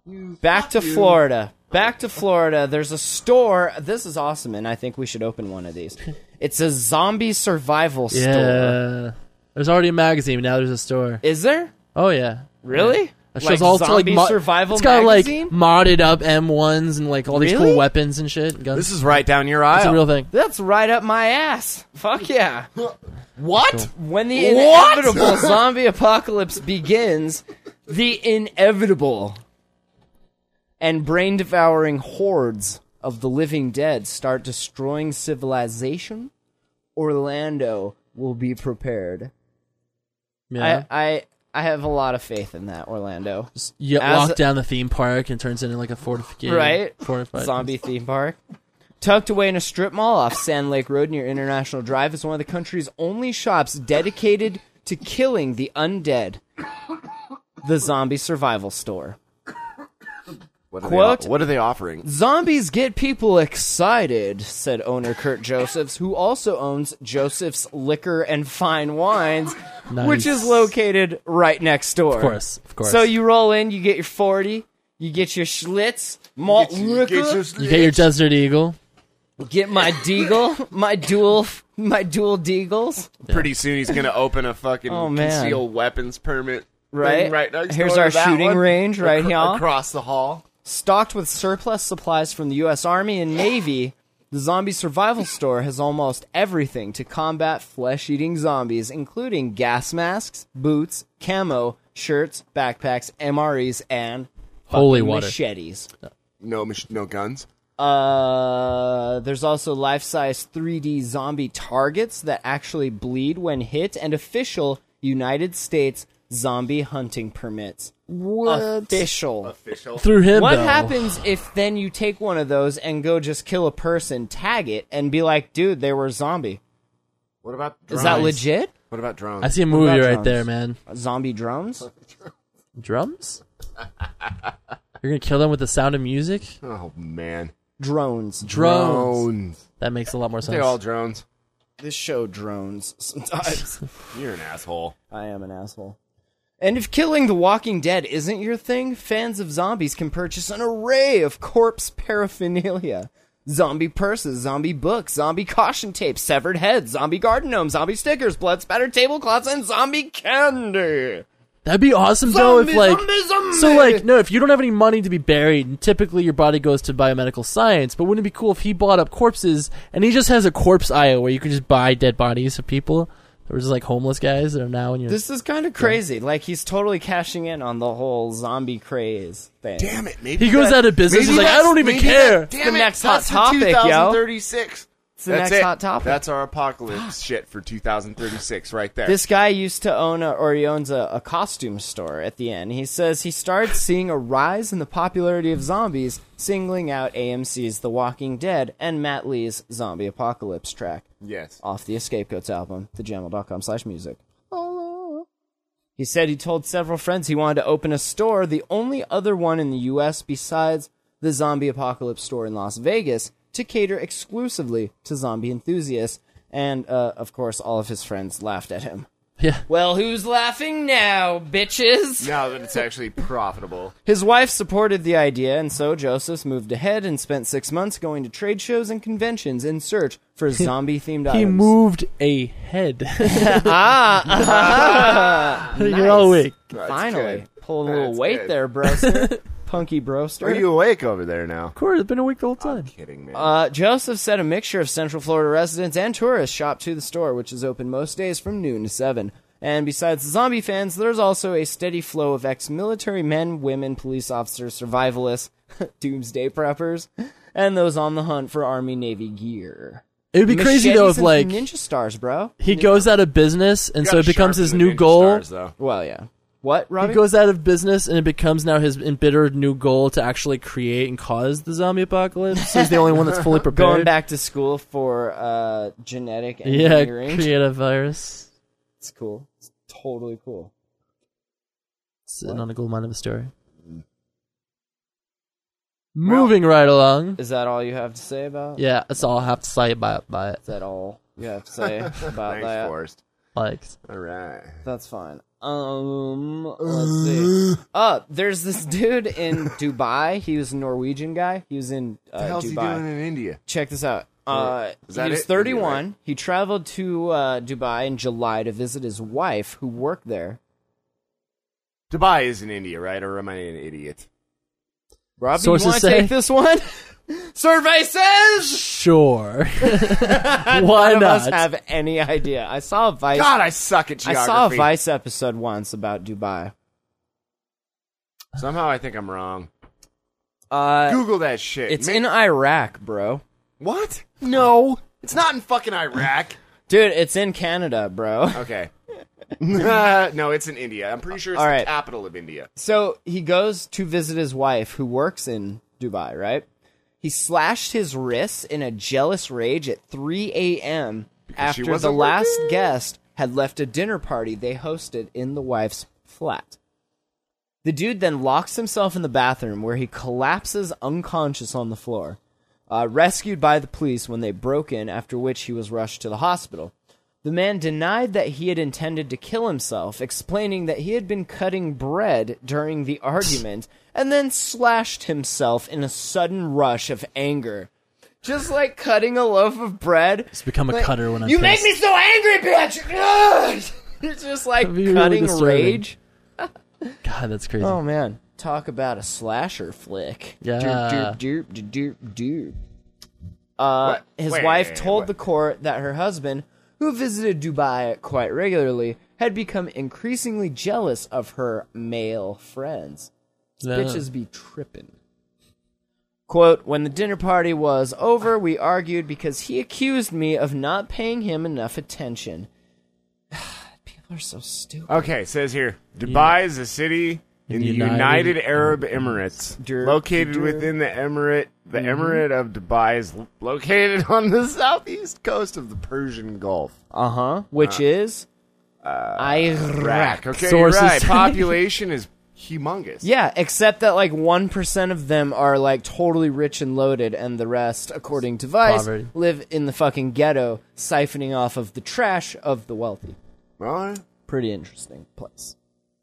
S1: Back to Florida. Back to Florida. There's a store. This is awesome, and I think we should open one of these. It's a zombie survival store.
S3: Yeah. There's already a magazine. Now there's a store.
S1: Is there?
S3: Oh yeah.
S1: Really?
S3: It shows all sorts of,
S1: zombie
S3: like, mo-
S1: survival
S3: It's got
S1: magazine?
S3: like modded up M1s and like all these
S1: Really?
S3: cool weapons and shit. and Guns.
S2: This is right down your
S3: it's
S2: aisle.
S3: a real thing.
S1: That's right up my ass. Fuck yeah.
S2: what?
S1: When the
S2: What?
S1: inevitable (laughs) zombie apocalypse begins, the inevitable and brain devouring hordes of the living dead start destroying civilization, Orlando will be prepared.
S3: Yeah.
S1: I, I I have a lot of faith in that, Orlando.
S3: you
S1: as
S3: lock
S1: a-
S3: down the theme park and turns it into like a fortification.
S1: right?
S3: Fortified.
S1: Zombie theme park. Tucked away in a strip mall off Sand Lake Road near International Drive is one of the country's only shops dedicated to killing the undead. The Zombie Survival Store.
S2: What are,
S1: Quote.
S2: They, what are they offering?
S1: Zombies get people excited, said owner Kurt Josephs, who also owns Joseph's Liquor and Fine Wines, which
S3: Nice.
S1: is located right next door.
S3: Of course, of course.
S1: So you roll in, you get your 40, you get your Schlitz, malt liquor.
S3: You get your Desert Eagle.
S1: Get my deagle, my dual, my dual deagles.
S2: Pretty soon he's gonna open a
S1: (laughs)
S2: fucking
S1: Oh, man.
S2: concealed weapons permit. thing
S1: Right.
S2: right next
S1: Here's
S2: door
S1: our
S2: to that
S1: shooting
S2: one.
S1: range right
S2: Acro-
S1: here.
S2: across the hall.
S1: Stocked with surplus supplies from the U.S. Army and Navy, the Zombie Survival Store has almost everything to combat flesh-eating zombies, including gas masks, boots, camo, shirts, backpacks, MREs, and fucking
S3: Holy water.
S1: machetes.
S2: No, mach- no guns.
S1: Uh, there's also life-size 3D zombie targets that actually bleed when hit, and official United States zombie hunting permits. What official?
S3: Through him.
S1: What
S3: though.
S1: happens if then you take one of those and go just kill a person, tag it, and be like, "Dude, they were a zombie."
S2: What about drones?
S1: Is that legit? (laughs)
S2: What about drones?
S3: I see a movie
S1: about
S3: right
S1: drums?
S3: there, man.
S1: Zombie drums?
S3: Drums? You're gonna kill them with the sound of music?
S2: oh man,
S1: Drones.
S3: Drones.
S2: drones.
S3: That makes a lot more sense.
S2: They all drones.
S1: This show drones sometimes.
S2: You're an asshole.
S1: I am an asshole. And if killing The Walking Dead isn't your thing, fans of zombies can purchase an array of corpse paraphernalia. Zombie purses, zombie books, zombie caution tape, severed heads, zombie garden gnomes, zombie stickers, blood spattered tablecloths, and zombie candy.
S3: That'd be awesome though if
S1: Zombie,
S3: like
S1: zombie, zombie!
S3: So like no, if you don't have any money to be buried, and typically your body goes to biomedical science, but wouldn't it be cool if he bought up corpses and he just has a corpse aisle where you can just buy dead bodies of people that were just like homeless guys that are now in your
S1: This is kind of crazy. Like he's totally cashing in on the whole zombie craze thing.
S2: Damn it, maybe
S3: He goes
S2: that-
S3: out of business,
S2: maybe
S3: he's like, I
S2: that's-
S3: don't even
S2: maybe
S3: care.
S2: That, damn
S1: The
S2: it,
S1: next hot
S2: that's the
S1: topic, yo.
S2: 2036.
S1: It's the
S2: That's
S1: next
S2: it.
S1: hot topic.
S2: That's our apocalypse shit for 2036 right there.
S1: This guy used to own a, or he owns a, a costume store at the end. He says he starts seeing a rise in the popularity of zombies, singling out AMC's The Walking Dead and Matt Lee's Zombie Apocalypse track
S2: yes.
S1: off the Scapegoats album, thejamal.com slash music. He said he told several friends he wanted to open a store, the only other one in the US besides the Zombie Apocalypse store in Las Vegas, to cater exclusively to zombie enthusiasts. And, uh, of course, all of his friends laughed at him.
S3: Yeah.
S1: Well, who's laughing now, bitches?
S2: Now that it's actually profitable.
S1: His wife supported the idea, and so Josephs moved ahead and spent six months going to trade shows and conventions in search for zombie themed items.
S3: (laughs) He moved
S1: (laughs)
S3: a head. (laughs) You're all
S1: Nice.
S3: weak.
S1: Finally,
S2: good.
S1: pulled a little
S2: That's
S1: weight
S2: good.
S1: there,
S2: (laughs)
S3: (laughs)
S1: broster. Punky broster.
S2: Are you awake over there now?
S3: Of course, it's been a week the whole time.
S2: Kidding me.
S1: Uh, Joseph said a mixture of Central Florida residents and tourists shop to the store, which is open most days from noon to 7. And besides the zombie fans, there's also a steady flow of ex military men, women, police officers, survivalists, (laughs) doomsday preppers, and those on the hunt for Army Navy gear.
S3: It would be crazy though
S1: Machetes
S3: if
S1: and
S3: like
S1: Ninja stars, bro.
S3: he goes out of business and so it
S2: Gotta
S3: becomes
S2: sharpen
S3: his
S2: the
S3: new
S2: Ninja
S3: goal.
S2: Stars, (laughs) though.
S1: Well, yeah. What, Robbie?
S3: He goes out of business and it becomes now his embittered new goal to actually create and cause the zombie apocalypse. So (laughs) he's the only one that's fully prepared.
S1: Going back to school for uh, genetic
S3: (laughs) yeah,
S1: engineering.
S3: create a virus.
S1: It's cool. It's totally cool.
S3: Sitting on a gold mine of a story. Moving right along.
S1: Is that all you have to say about?
S3: Yeah, that's all I have to say about about it.
S1: Is that all you have to (laughs) say about
S2: Thanks,
S1: that?
S2: Forrest.
S3: Like,
S2: All right.
S1: That's fine. Um, let's see. (gasps) Uh, there's this dude (laughs) in Dubai. He was a Norwegian guy. He was in uh,
S2: What the hell's he
S1: Dubai.
S2: doing in India?
S1: Check this out. Uh,
S2: Is that
S1: he was
S2: it?
S1: 31.
S2: Right.
S1: He traveled to uh, Dubai in July to visit his wife, who worked there.
S2: Dubai is in India, right? Or am I an idiot?
S1: Robbie,
S3: Sources
S1: you want to
S3: say-
S1: take this one? (laughs) Survey says (laughs)
S3: sure. (laughs) Why
S1: none of us
S3: not?
S1: have any idea. I saw a Vice.
S2: God, I suck at
S1: I
S2: geography.
S1: saw a Vice episode once about Dubai.
S2: Somehow I think I'm wrong.
S1: Uh,
S2: Google that shit.
S1: It's
S2: Ma-
S1: in Iraq, bro.
S2: what? No, it's not in fucking Iraq.
S1: Dude, it's in Canada, bro. (laughs)
S2: okay. (laughs) no, it's in India. I'm pretty sure it's
S1: All
S2: the
S1: right.
S2: capital of India.
S1: So he goes to visit his wife, who works in Dubai, right? He slashed his wrists in a jealous rage at 3 a.m.
S2: she
S1: after the
S2: wasn't
S1: last
S2: working?
S1: guest had left a dinner party they hosted in the wife's flat. The dude then locks himself in the bathroom where he collapses unconscious on the floor, uh, rescued by the police when they broke in, after which he was rushed to the hospital. The man denied that he had intended to kill himself, explaining that he had been cutting bread during the argument and then slashed himself in a sudden rush of anger. Just like cutting a loaf of bread. It's
S3: become a cutter when I'm
S1: You make
S3: pissed.
S1: me so angry, bitch! Ugh! (laughs) it's just like
S3: That'd be really
S1: cutting
S3: disturbing.
S1: rage.
S3: God, that's crazy.
S1: Oh man, talk about a slasher flick.
S3: Yeah.
S1: Doop, doop, doop, doop, doop, doop. Uh,
S2: What?
S1: his
S2: Wait,
S1: wife told
S2: what?
S1: the court that her husband, who visited Dubai quite regularly, had become increasingly jealous of her male friends.
S3: Yeah.
S1: Bitches be tripping. Quote, when the dinner party was over, we argued because he accused me of not paying him enough attention. (sighs) People are so stupid.
S2: Okay, it says here Dubai is a city in the United,
S3: United
S2: Arab Emirates,
S1: Dur-
S2: located
S1: dur- Mm-hmm.
S2: within the emirate. The emirate of Dubai is l- located (laughs) on the southeast coast of the Persian Gulf.
S1: Uh huh. Which is?
S2: uh,
S1: Iraq.
S2: Iraq. Ah, Okay, (laughs)
S3: Sources
S2: you're right.
S3: say-
S2: Population is humongous.
S1: Yeah, except that like one percent of them are like totally rich and loaded, and the rest, according to Vice,
S3: Poverty.
S1: live in the fucking ghetto, siphoning off of the trash of the wealthy.
S2: Well,
S1: Pretty interesting place.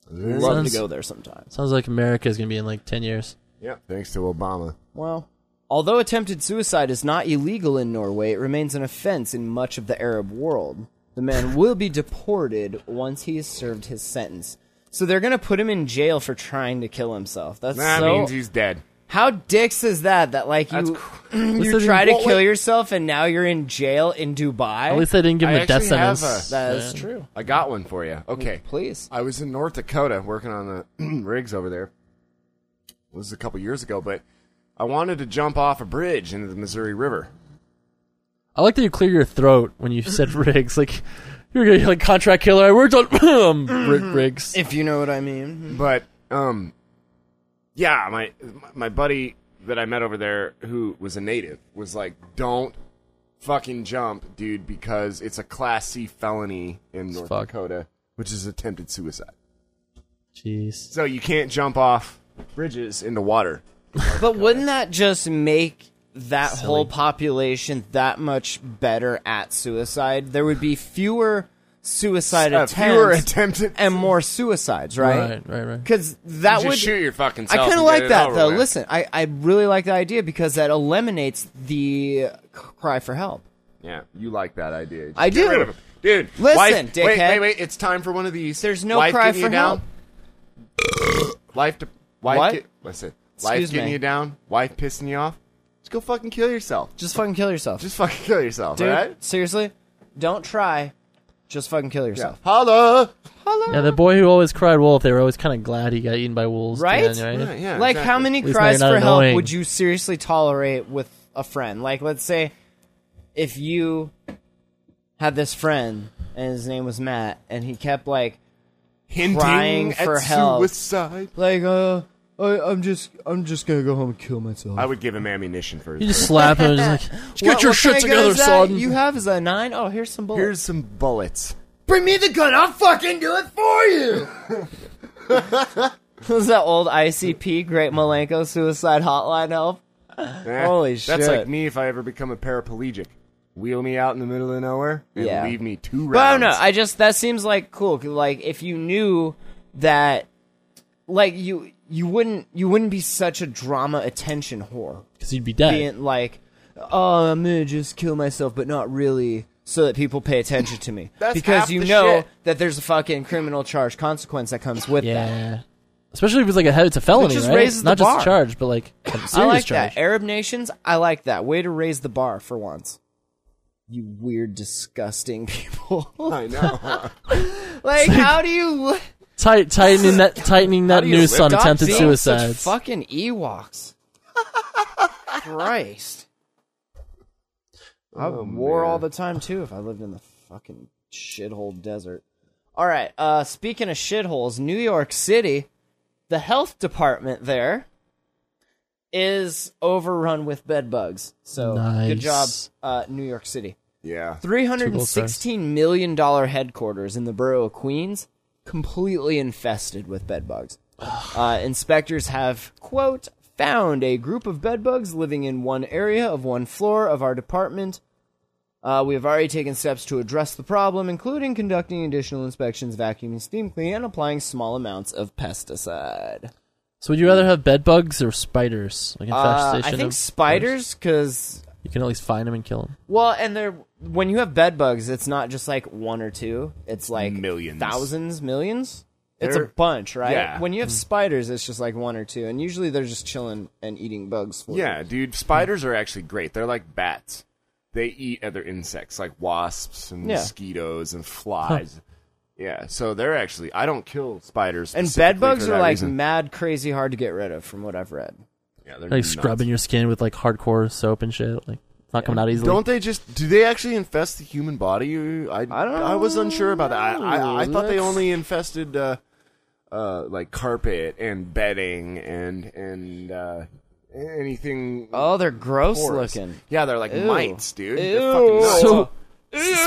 S2: Very
S1: Love
S3: nice.
S1: to go there sometimes.
S3: Sounds like America's gonna be in like ten years.
S2: yeah. Thanks to Obama.
S1: Well, although attempted suicide is not illegal in Norway, it remains an offense in much of the Arab world. The
S2: (laughs)
S1: man will be deported once he has served his sentence. So they're gonna put him in jail for trying to kill himself. That's
S2: That
S1: so
S2: means he's dead.
S1: How dicks is that? That like (clears throat)
S2: That's
S1: you
S2: cr-
S1: you
S3: Listen,
S1: try to
S3: what-
S1: kill yourself and now you're in jail in Dubai.
S3: At least they didn't give him
S2: I
S3: a death
S2: actually have
S3: sentence.
S2: a-
S1: that is
S3: Yeah.
S1: true.
S2: I got one for you. Okay.
S1: Please.
S2: I was in North Dakota working on the (clears throat) rigs over there. This is a couple years ago, but I wanted to jump off a bridge into the Missouri River.
S3: I like that you clear your throat when you
S1: (laughs)
S3: said Riggs. Like you're gonna be like contract killer. I worked on (clears throat) Rick
S1: Mm-hmm.
S3: Riggs.
S1: If you know what I mean.
S2: But um, yeah, my my buddy that I met over there, who was a native, was like, "Don't fucking jump, dude, because it's a class C felony in North
S3: fucked.
S2: Dakota, which is attempted suicide.
S3: Jeez.
S2: So you can't jump off bridges into water.
S1: (laughs) But wouldn't that just make that whole population that much better at suicide? There would be fewer suicide
S2: Uh,
S1: attempts
S2: fewer attempted
S1: and more suicides, right?
S3: Right, right, right.
S1: Because that
S2: Just
S1: would
S2: shoot your fucking
S1: I
S2: self
S1: kind of
S2: and get
S1: like
S2: it
S1: that
S2: over
S1: though.
S2: with.
S1: Listen, I, I really like the idea because that eliminates the cry for help.
S2: Yeah, you like that idea.
S1: I
S2: Get
S1: do.
S2: rid of 'em. dude.
S1: Listen,
S2: wife, Wait,
S1: dickhead.
S2: wait, wait! It's time for one of these.
S1: There's no
S2: Wife
S1: cry
S2: getting
S1: for
S2: you down. Life, to, wife.
S1: What?
S2: Get, listen, life
S1: Excuse
S2: getting
S1: me.
S2: you down. Wife pissing you off. Just go fucking kill yourself.
S1: Just fucking kill yourself.
S2: Just fucking kill yourself.
S1: Dude,
S2: All right.
S1: seriously, don't try. Just fucking kill
S2: Yeah.
S1: yourself.
S2: Holla.
S3: Yeah, the boy who always cried wolf. They were always kind of glad he got eaten by wolves. at the
S1: Right?
S3: end,
S2: Yeah, yeah,
S1: like,
S2: exactly.
S1: how many
S3: least
S1: cries
S3: now
S1: for
S3: you're not
S1: help
S3: annoying.
S1: would you seriously tolerate with a friend? Like, let's say if you had this friend and his name was Matt and he kept like,
S2: Hinting
S1: crying
S2: at
S1: for help.
S2: suicide.
S1: like, uh, I, I'm just, I'm just gonna go home and kill myself.
S2: I would give him ammunition for
S3: You
S2: his.
S3: just slap him. And just like, just get
S1: What-
S3: your
S1: what
S3: shit
S1: kind of gun
S3: together,
S1: is that
S3: son.
S1: You
S3: (laughs)
S1: have is a nine. Oh, here's some bullets. (laughs)
S2: Here's some bullets.
S1: Bring me the gun. I'll fucking do it for you. was that old ICP Great Malenko Suicide Hotline help?
S2: (laughs) Eh,
S1: Holy
S2: That's like
S1: shit.
S2: me if I ever become a paraplegic. Wheel me out in the middle of nowhere and
S1: Yeah.
S2: leave me two rounds.
S1: But I don't know. I just that seems like cool. 'cause, Like if you knew that, like you you wouldn't you wouldn't be such a drama attention whore.
S3: Because he'd be dead.
S1: Being like, oh, I'm gonna just kill myself, but not really, so that people pay attention to me
S2: That's
S1: because
S2: half
S1: you
S2: the
S1: know
S2: shit.
S1: that there's a fucking criminal charge consequence that comes with that.
S3: yeah. Especially if it's like a he- it's a felony,
S1: just
S3: right?
S1: raises the
S3: Not just
S1: bar.
S3: a charge, but like a
S1: (coughs)
S3: serious
S1: I like
S3: charge.
S1: that. Arab nations, I like that. Way to raise the bar for once. You weird, disgusting (laughs) people.
S2: (laughs) I know.
S1: like, how do you li-
S3: Tight, tightening that tightening that
S2: do you
S3: noose
S2: live?
S3: on
S1: Stop
S3: attempted
S1: being
S3: suicides.
S1: Such fucking Ewoks. (laughs) Christ. I wore all the time too if I lived in the fucking shithole desert. All right. Uh, speaking of shitholes, New York City, the health department there is overrun with bed bugs. So good
S3: Nice.
S1: job, uh, New York City.
S2: yeah.
S1: Three hundred
S3: gold
S1: and
S3: stars.
S1: sixteen million dollar headquarters in the borough of Queens, completely infested with bedbugs. Uh, inspectors have quote found a group of bedbugs living in one area of one floor of our department. Uh, we have already taken steps to address the problem, including conducting additional inspections, vacuuming, steam clean, and applying small amounts of pesticide.
S3: So would you rather have bed bugs or spiders? Like
S1: Uh,
S3: infestation
S1: I think
S3: of
S1: spiders, because
S3: You can at least find them and kill them.
S1: Well, and they're when you have bed bugs, it's not just like one or two. It's like
S2: Millions.
S1: thousands, millions. It's a
S2: They're-
S1: bunch, right?
S2: yeah.
S1: When you have spiders, it's just like one or two, and usually they're just chilling and eating bugs for you.
S2: Yeah, dude, spiders are actually great. They're like bats. They eat other insects like wasps and
S1: Yeah.
S2: mosquitoes and flies. Yeah, so they're actually I don't kill spiders.
S1: And
S2: specifically
S1: bed bugs
S2: for
S1: are
S2: that
S1: like
S2: reason.
S1: mad, crazy hard to get rid of, from what I've read.
S2: yeah, they're
S3: Like
S2: nuts.
S3: scrubbing your skin with like hardcore soap and shit. Like it's not coming out easily.
S2: Don't they just do they actually infest the human body? I I,
S1: don't
S2: was unsure about that. I I, I thought they
S1: Let's-
S2: only infested uh, uh, like carpet and bedding and and uh, anything.
S1: Oh, they're gross
S2: porous.
S1: looking.
S2: Yeah, they're like
S1: Ew.
S2: mites, dude. They're
S1: Ew.
S2: fucking nuts.
S3: So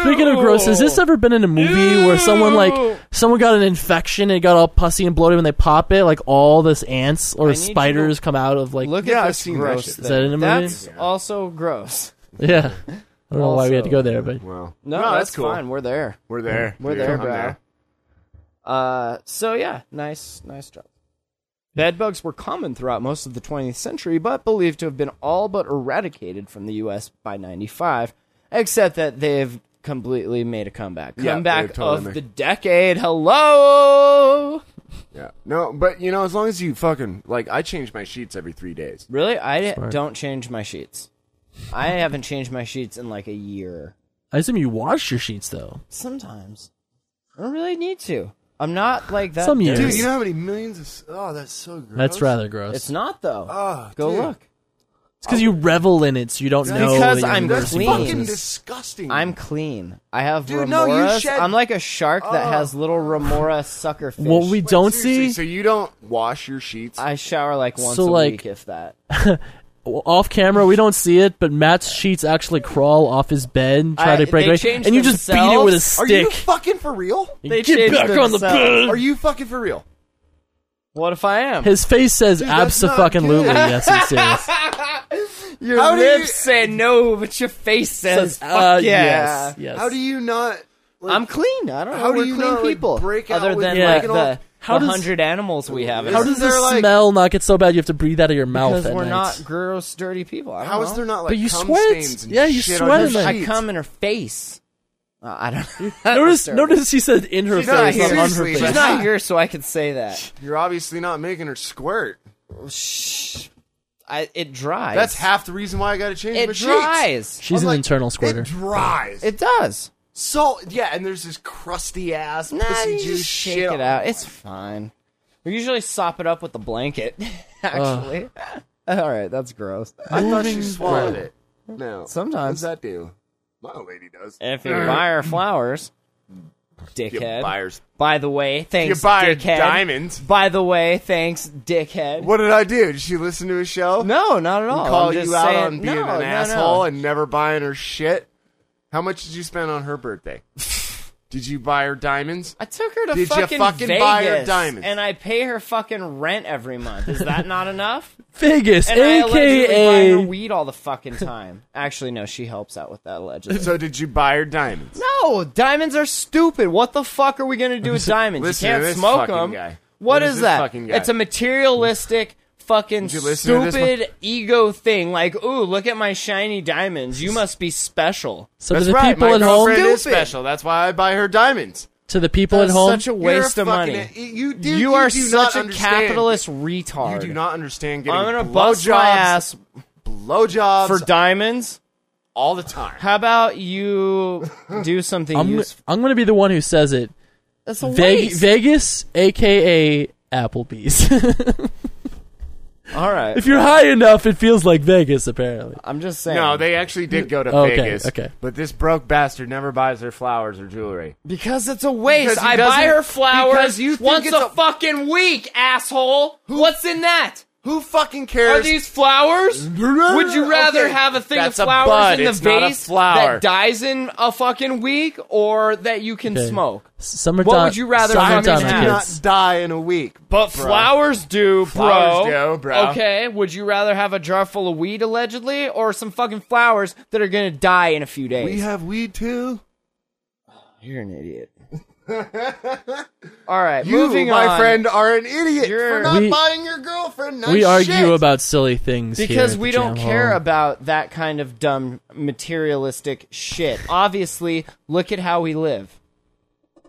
S3: speaking of gross, has this ever been in a movie where someone like someone got an infection and it got all pussy and bloated when they pop it, like all this ants or
S1: you to
S3: spiders come out of like
S1: Look
S2: Yeah,
S1: at
S2: I've
S1: this
S2: seen that
S1: gross
S2: shit.
S1: thing.
S3: Is that in a movie?
S1: That's also gross.
S3: Yeah. (laughs) I don't know why we had
S1: Also-
S3: to go there, but
S2: Well,
S1: No,
S2: that's,
S1: that's,
S2: cool.
S1: fine. We're there.
S2: We're there.
S1: We're
S2: dude.
S1: there,
S2: I'm
S1: bro. Uh, so yeah, nice, nice job. Bedbugs were common throughout most of the 20th century, but believed to have been all but eradicated from the U.S. by 95, except that they've completely made a comeback.
S2: Yeah,
S1: Comeback
S2: they've totally
S1: of
S2: made-
S1: the decade. Hello.
S2: Yeah. No, but you know, as long as you fucking like, I change my sheets every three days.
S1: Really, I di- don't change my sheets. I haven't changed my sheets in like a year.
S3: I assume you wash your sheets though.
S1: Sometimes I don't really need to. I'm not like that.
S3: Some
S1: dirty.
S3: years.
S2: Dude, you know how many millions of? Oh, that's so gross.
S3: That's rather gross.
S1: It's not though.
S2: Oh,
S1: Go
S2: dude.
S1: look.
S3: because you revel in it, so you don't know.
S1: Because
S3: that you're
S1: I'm
S2: That's
S3: embarrassing
S1: clean.
S3: yourself.
S2: fucking disgusting.
S1: I'm clean. I have
S2: Dude, no, you
S1: remoras.
S2: shed- Oh.
S1: I'm like a shark that has little remora sucker fish.
S3: What we don't see
S2: Seriously, So you don't wash your sheets?
S1: I shower like once a
S3: So, like-
S1: week, if that.
S3: off camera, we don't see it, but Matt's sheets actually crawl off his bed, and try
S1: I-
S3: to break
S1: they
S3: away,
S1: changed
S3: and you just beat it with a
S1: themselves?
S2: Are you
S3: stick.
S2: fucking for real?
S1: They
S3: Get
S1: changed
S3: back on the
S1: themselves.
S3: bed.
S2: Are you fucking for real?
S1: What if I am?
S3: His face says
S2: that's not
S3: "Abso-fucking-lutely."
S2: good.
S3: Yes,
S2: (laughs)
S3: it says.
S1: your
S2: How do you-
S1: lips say no, but your face says,
S3: Says,
S1: "Fuck
S3: uh,
S1: yeah."
S3: yes, yes.
S2: How do you not? Like,
S1: I'm clean. I don't know.
S2: How do
S1: We're
S2: you
S1: clean
S2: not, like,
S1: people.
S2: break out
S1: other
S2: with
S1: than
S3: Yeah.
S1: like
S3: breaking
S1: the
S2: off-
S3: How does-
S1: hundred animals we have. in
S3: How
S1: us.
S3: does the
S2: They're like-
S3: smell not get so bad you have to breathe out of your mouth
S1: because
S3: at
S1: we're
S3: night?
S1: not gross, dirty people. I don't
S2: How
S1: know.
S2: is there not like
S3: But you
S2: cum
S3: sweat.
S2: stains and
S3: Yeah, you
S2: shit
S3: sweat
S2: on
S3: in
S2: your
S3: it.
S1: I
S2: sheets?
S1: come in her face. Uh, I
S3: (laughs)
S1: don't. (laughs)
S3: Notice,
S1: That's
S3: notice he said in her
S2: She's not
S3: face, not,
S2: here.
S3: on her
S2: Seriously,
S3: face.
S1: She's not here, so I can say that.
S2: You're obviously not making her squirt.
S1: Shh. I, it dries.
S2: That's half the reason why I got to change
S1: It
S2: my sheets.
S1: dries.
S3: She's
S2: I'm
S3: an
S2: like,
S3: internal
S2: It
S3: squirter.
S2: dries.
S1: It does.
S2: so yeah, and there's this crusty ass
S1: Nah,
S2: pussy
S1: you
S2: juice
S1: just shake
S2: shit
S1: it out. It's fine. We usually sop it up with the blanket. (laughs) Actually. All right, that's gross.
S2: I thought she swallowed it. No, what does
S1: Sometimes
S2: that do? My old lady does.
S1: if you buy her flowers, dickhead.
S2: buyers.
S1: By the way, thanks,
S2: buy her
S1: dickhead.
S2: diamonds.
S1: By the way, thanks, dickhead.
S2: What did I do? Did she listen to a show?
S1: No, not at all. I'm
S2: call
S1: just
S2: you out
S1: saying-
S2: on being
S1: no,
S2: an
S1: no, no.
S2: asshole and never buying her shit. How much did you spend on her (laughs) birthday? did you buy her diamonds?
S1: I took her to
S2: Did ya
S1: fucking,
S2: fucking
S1: Vegas,
S2: buy her diamonds?
S1: and I pay her fucking rent every month. Is that not enough?
S3: Vegas,
S1: And I allegedly buy her
S3: aka
S1: weed all the fucking time. (laughs) Actually, no, she helps out with that allegedly.
S2: So did you buy her diamonds?
S1: No, diamonds are stupid. What the fuck are we gonna do with diamonds?
S2: Listen
S1: you
S2: to
S1: can't
S2: this
S1: smoke
S2: fucking
S1: them.
S2: guy.
S1: what
S2: What
S1: is,
S2: is this
S1: that?
S2: fucking guy?
S1: It's a materialistic, fucking
S2: you listen to this
S1: stupid ego thing. Like, ooh, look at my shiny diamonds. You must be special.
S3: so to
S2: That's
S3: the
S2: right.
S3: people
S2: my
S3: at home,
S2: girlfriend is
S1: Stupid.
S2: special. That's why I buy her diamonds.
S3: to the people at
S1: That's
S3: home,
S1: such a waste
S2: You're
S1: of
S2: a
S1: money.
S2: fucking- You, do,
S1: You
S2: you
S1: are
S2: do
S1: such
S2: not
S1: a
S2: understand.
S1: capitalist retard.
S2: You do not understand getting
S1: I'm gonna bust my
S2: blowjobs,
S1: ass
S2: blowjobs
S1: for diamonds.
S2: all the time.
S1: How about you do something
S3: I'm,
S1: useful?
S3: I'm going to be the one who says it.
S1: That's a
S3: Ve-
S1: waste.
S3: Vegas, aka Applebee's. (laughs)
S1: All right.
S3: if you're high enough, it feels like Vegas. Apparently,
S1: I'm just saying.
S2: No, they actually did go to
S3: Okay,
S2: Vegas.
S3: okay.
S2: But this broke bastard never buys her flowers or jewelry.
S1: Because it's a waste.
S2: Because he
S1: I buy
S2: doesn't-
S1: her flowers
S2: because you think
S1: once
S2: it's
S1: a,
S2: a-
S1: fucking week, asshole. What's in that?
S2: Who fucking cares?
S1: Are these flowers? Would you rather
S2: Okay,
S1: have a thing of
S2: that's a
S1: flowers
S2: bud,
S1: in the
S2: it's not a
S1: vase
S2: flower.
S1: that dies in a fucking week, or that you can
S3: Okay.
S1: smoke?
S3: summer.
S1: What would you rather
S3: Summer
S1: fucking have?
S2: Diamonds do
S3: time,
S2: not
S3: kids.
S2: die in a week.
S1: But flowers do, bro.
S2: Flowers do, bro.
S1: Okay, would you rather have a jar full of weed allegedly, or some fucking flowers that are gonna die in a few days?
S2: We have weed too.
S1: You're an idiot. (laughs) All right,
S2: You,
S1: moving
S2: my
S1: on.
S2: friend, are an idiot
S1: You're-
S2: for not
S3: We-
S2: buying your girlfriend. Nice
S3: we argue
S2: shit.
S3: about silly things here
S1: because
S3: at
S1: we
S3: the
S1: don't
S3: jam
S1: care
S3: hall.
S1: about that kind of dumb materialistic shit. Obviously, look at how we live.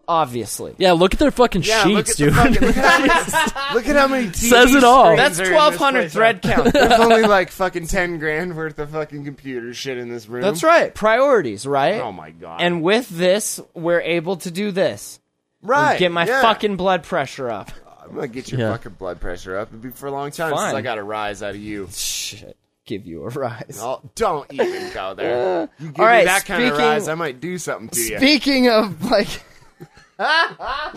S1: Obviously.
S3: Yeah, look at their fucking
S2: Yeah, look at
S3: sheets,
S2: the
S3: dude.
S2: fucking-
S1: (laughs)
S2: look at how many, look at how many TV
S3: Says it all.
S2: screens
S1: That's
S2: are in this
S1: 1200
S2: place.
S1: thread count.
S2: (laughs) There's only like fucking ten grand worth of fucking computer shit in this room.
S1: That's right. Priorities, right?
S2: Oh my god.
S1: And with this, we're able to do this.
S2: right,
S1: Get my
S2: yeah.
S1: fucking blood pressure up. (laughs)
S2: I'm gonna get your
S3: Yeah.
S2: fucking blood pressure up. It'd be for a long time
S1: fine.
S2: since I got a rise out of you.
S1: Shit. Give you a rise.
S2: Oh, don't even go
S1: (laughs)
S2: there. You give
S1: Uh, all right,
S2: me that kind of
S1: speaking-
S2: rise, I might do something to you.
S1: Speaking of like (laughs)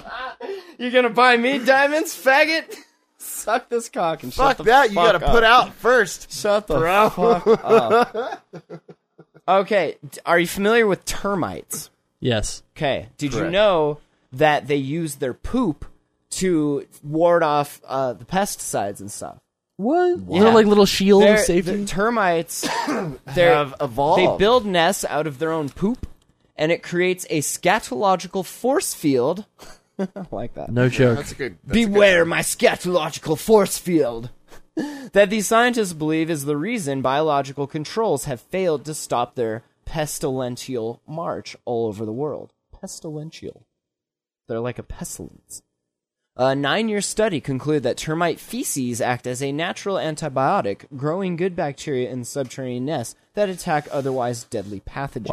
S1: You're going to buy me diamonds, faggot? Suck this cock and shut
S2: Fuck
S1: the
S2: that! You
S1: fuck
S2: gotta put
S1: up.
S2: out first.
S1: Shut the fuck up.
S2: (laughs)
S1: okay, d- are you familiar with termites?
S3: (laughs) yes,
S1: Okay, did you
S2: Correct.
S1: know that they use their poop to ward off uh, the pesticides and stuff?
S3: what? You know, like little shield
S1: They're-
S3: of safety.
S1: The
S2: (coughs)
S1: termites they're-
S2: Have evolved.
S1: They build nests out of their own poop, and it creates a scatological force field. (laughs) I like that.
S3: no joke.
S2: That's a good. That's a good-
S1: Beware my scatological force field. (laughs) that these scientists believe is the reason biological controls have failed to stop their pestilential march all over the world. Pestilential. They're like a pestilence. A nine year study concluded that termite feces act as a natural antibiotic, growing good bacteria in subterranean nests that attack otherwise deadly pathogens.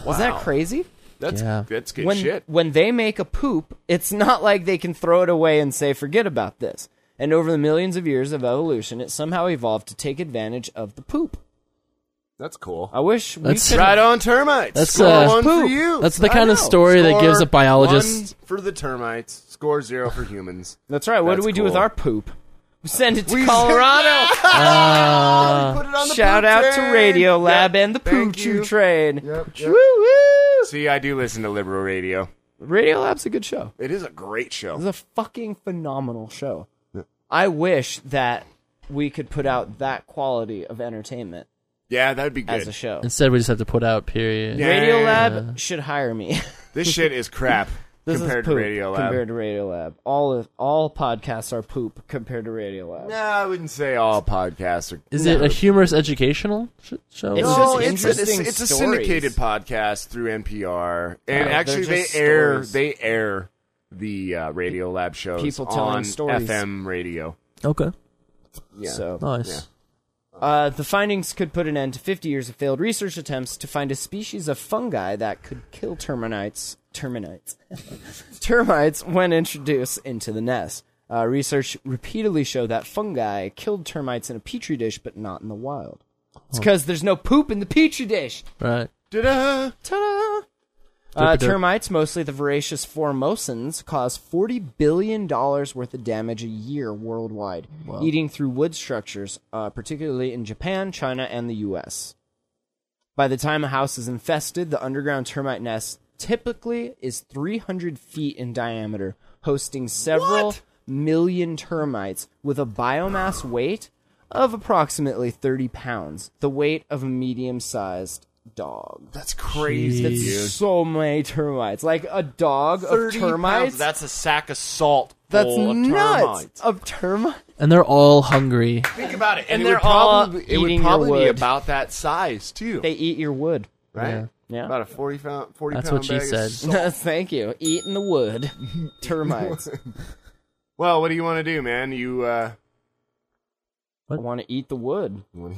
S3: Wow.
S1: Wasn't that crazy?
S2: That's
S3: Yeah.
S2: that's good
S1: when
S2: shit.
S1: (laughs) when they make a poop, it's not like they can throw it away and say forget about this. and over the millions of years of evolution, it somehow evolved to take advantage of the poop.
S2: That's cool.
S1: I wish we
S3: That's
S1: could.
S2: Right on termites.
S3: That's,
S2: Score
S3: uh,
S2: one for
S1: poop.
S2: you.
S3: That's the
S2: I
S3: kind of
S2: know.
S3: story that
S2: Score
S3: gives a biologist-
S2: one for the termites. Score zero for humans.
S1: That's right. What do
S2: That's
S1: we do with
S2: cool.
S1: our poop? We send it to
S2: We-
S1: Colorado. (laughs)
S2: (laughs) Put it on the
S1: Uh, Shout
S2: poop
S1: out to
S2: train.
S1: Radio Lab
S2: Yep,
S1: and the Poo
S2: thank
S1: Choo
S2: you.
S1: Train.
S2: Yep, yep.
S1: Woo woo!
S2: See, I do listen to liberal radio.
S1: Radio Lab's a good show.
S2: It is a great show.
S1: It's a fucking phenomenal show. I wish that we could put out that quality of entertainment
S2: Yeah, that'd be good.
S1: as a show.
S3: Instead, we just have to put out. Period.
S2: Yeah.
S1: Radio Lab should hire me. (laughs)
S2: This shit is crap
S1: This
S2: compared
S1: is poop
S2: to Radio Lab.
S1: Compared to Radio Lab, all of, all podcasts are poop compared to Radio Lab.
S2: Nah, I wouldn't say all podcasts are.
S3: Is it a humorous educational sh- show?
S1: It's
S2: No,
S1: just
S2: it's, a- it's,
S1: interesting
S2: it's a
S1: stories.
S2: syndicated podcast through NPR, and
S1: Oh,
S2: actually
S1: they're
S2: they
S1: just
S2: air
S1: stories.
S2: they air the uh, Radio Lab shows
S1: People telling
S2: on
S1: stories.
S2: FM radio.
S3: okay,
S2: Yeah.
S1: So
S3: nice.
S1: Uh, the findings could put an end to 50 years of failed research attempts to find a species of fungi that could kill termites, termites, (laughs) termites when introduced into the nest. Uh, research repeatedly showed that fungi killed termites in a petri dish, but not in the wild. It's because there's no poop in the petri dish.
S3: Right.
S2: Ta-da!
S1: Ta-da! Uh,
S3: Doop-a-doop.
S1: termites, mostly the voracious Formosans, cause forty billion dollars worth of damage a year worldwide, eating through wood structures, uh, particularly in Japan, China, and the U.S. By the time a house is infested, the underground termite nest typically is three hundred feet in diameter, hosting several
S2: What?
S1: million termites with a biomass weight of approximately thirty pounds, the weight of a medium-sized dog.
S2: That's crazy,
S1: That's so many termites. Like a dog of
S2: Thirty
S1: termites.
S2: pounds, That's a sack of salt.
S1: that's
S2: full of
S1: nuts.
S2: termites.
S1: Of termites.
S3: And they're all hungry.
S2: Think about it, and,
S1: And
S2: they're
S1: it would probably-
S2: all it would
S1: eating your
S2: probably be
S1: wood.
S2: about that size too,
S1: They eat your wood.
S2: right?
S1: Yeah.
S2: About a forty pound, forty
S3: That's
S2: pound
S3: what she
S2: bag
S1: (laughs)
S2: of
S3: said.
S2: salt.
S1: Thank you. Eating the wood. (laughs)
S2: (laughs)
S1: Termites.
S2: Well, what do you want to do, man? You uh,
S1: I want to eat the
S2: (laughs)
S1: wood. (laughs) what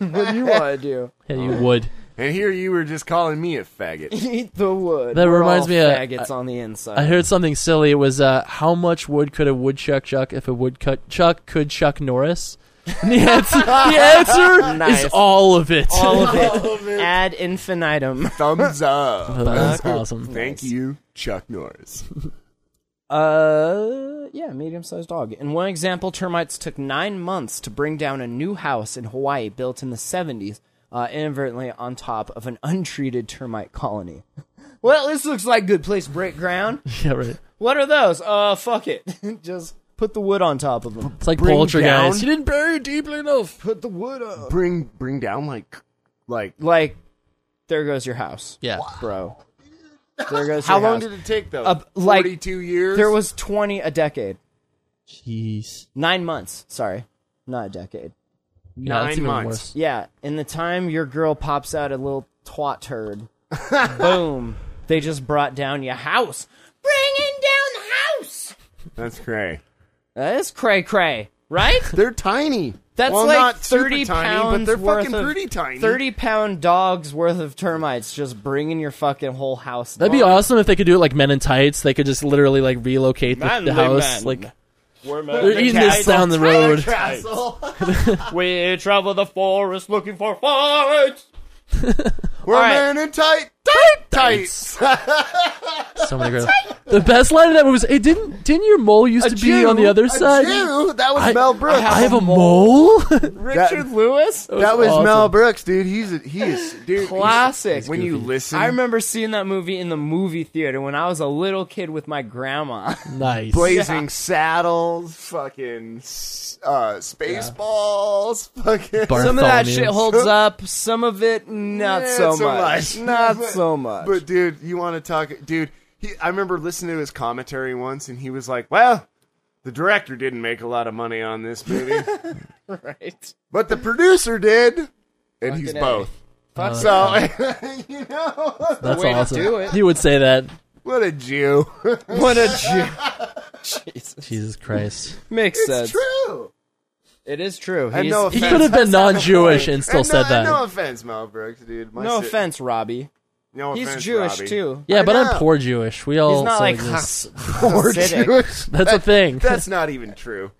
S1: do you want to do?
S3: Yeah, you would.
S2: and here you were just calling me a faggot.
S1: Eat the wood.
S3: That
S1: We're
S3: reminds
S1: all
S3: me of-
S1: faggots on the inside.
S2: (laughs)
S3: I heard something silly. It was uh, how much wood could a woodchuck chuck if a woodcut chuck could chuck Norris? And the answer, the answer
S1: Nice.
S3: is all of it.
S2: Oh,
S3: (laughs)
S1: all of it. Ad infinitum.
S2: Thumbs up.
S3: That's Oh, awesome. (laughs)
S2: Thank you, Chuck Norris.
S1: Uh, yeah, medium-sized dog. In one example, termites took nine months to bring down a new house in Hawaii built in the 70s, uh, inadvertently on top of an untreated termite colony. (laughs) well, this looks like good place to break ground.
S3: Yeah, right.
S1: What are those? Uh, fuck it. (laughs) Just put the wood on top of them.
S3: It's like
S2: Bring
S3: poltergeist.
S2: down-
S3: You didn't bury it deeply enough.
S1: Put the wood up.
S2: Bring bring down like like
S1: Like, there goes your house,
S3: Yeah.
S1: bro. There goes
S2: how
S1: your
S2: long
S1: house.
S2: did it take though?
S1: Uh, like,
S2: Forty two years.
S1: There was 20 a decade.
S3: Jeez.
S1: Nine months, sorry. Not a decade.
S3: Yeah, that's
S2: Nine
S3: even
S2: months.
S3: worse.
S1: Yeah, in the time your girl pops out a little twat
S2: (laughs)
S1: turd, boom, they just brought down your house. Bringing down the house!
S2: That's great.
S1: That is cray cray,
S2: (laughs)
S1: right?
S2: They're tiny.
S1: That's
S2: well,
S1: like
S2: not super
S1: 30
S2: tiny,
S1: pounds
S2: but they're
S1: worth
S2: fucking
S1: of,
S2: pretty tiny.
S1: 30 pound dogs worth of termites just bringing your fucking whole house
S3: That'd be
S1: down.
S3: awesome if they could do it like Men in Tights. They could just literally like relocate the,
S1: Manly
S3: the house.
S1: men.
S3: Like
S1: We're
S3: they're eating this down the road.
S1: We travel the forest looking for forage.
S2: We're
S1: All right.
S2: man in tight, tight, tights.
S3: (laughs) So many girls. The best line of that was, "Hey, didn't didn't your mole used
S1: A
S3: to be on the
S1: Jew-
S3: other
S1: a
S3: side?"
S2: Ew, that was
S3: I,
S2: Mel Brooks.
S3: I have a mole.
S1: Richard Lewis?
S2: that was
S3: awesome.
S2: Mel Brooks, dude. He's a, he is dude. he's-
S1: Classic.
S2: When you listen,
S1: I remember seeing that movie in the movie theater when I was a little kid with my grandma.
S3: (laughs)
S1: (laughs)
S3: nice.
S2: Blazing Saddles, fucking s- uh, Spaceballs, fucking
S1: Some of that
S3: Bartholomew.
S1: shit holds up. Some of it, not
S2: Yeah,
S1: so,
S2: so
S1: much. (laughs)
S2: much.
S1: Not
S2: But-
S1: so much.
S2: But dude, you want to talk, dude? He, I remember listening to his commentary once, and he was like, "Well, the director didn't make a lot of money on this
S1: (laughs)
S2: movie,
S1: right?
S2: but the producer did, and he's
S1: A.
S2: both."
S1: Fuck
S2: So (laughs) you know,
S3: That's
S1: way to
S3: awesome.
S1: do it.
S3: He would say that.
S2: what
S1: (laughs)
S2: a Jew!
S1: What a Jew.
S2: (laughs)
S1: Jesus.
S3: Jesus Christ.
S1: Makes
S2: it's
S1: sense.
S2: true.
S1: It is true.
S2: And
S1: He's-
S2: no
S3: He
S2: offense.
S3: could have been
S2: That's not the
S3: non-Jewish
S2: point.
S3: and still
S2: And no,
S3: said
S2: and No
S3: that.
S2: offense, Mel Brooks, dude. My
S1: no
S2: si-
S1: offense, Robbie.
S2: No
S1: He's
S2: offense,
S1: Jewish
S2: Robbie.
S1: too.
S3: Yeah,
S2: I
S3: but
S2: know.
S3: I'm poor Jewish. We all
S1: He's not
S3: still
S1: like
S3: exist.
S1: (laughs) Has-
S2: Poor
S1: Hasidic. (laughs)
S2: Jewish.
S3: (laughs) That's a thing.
S2: That's not even true.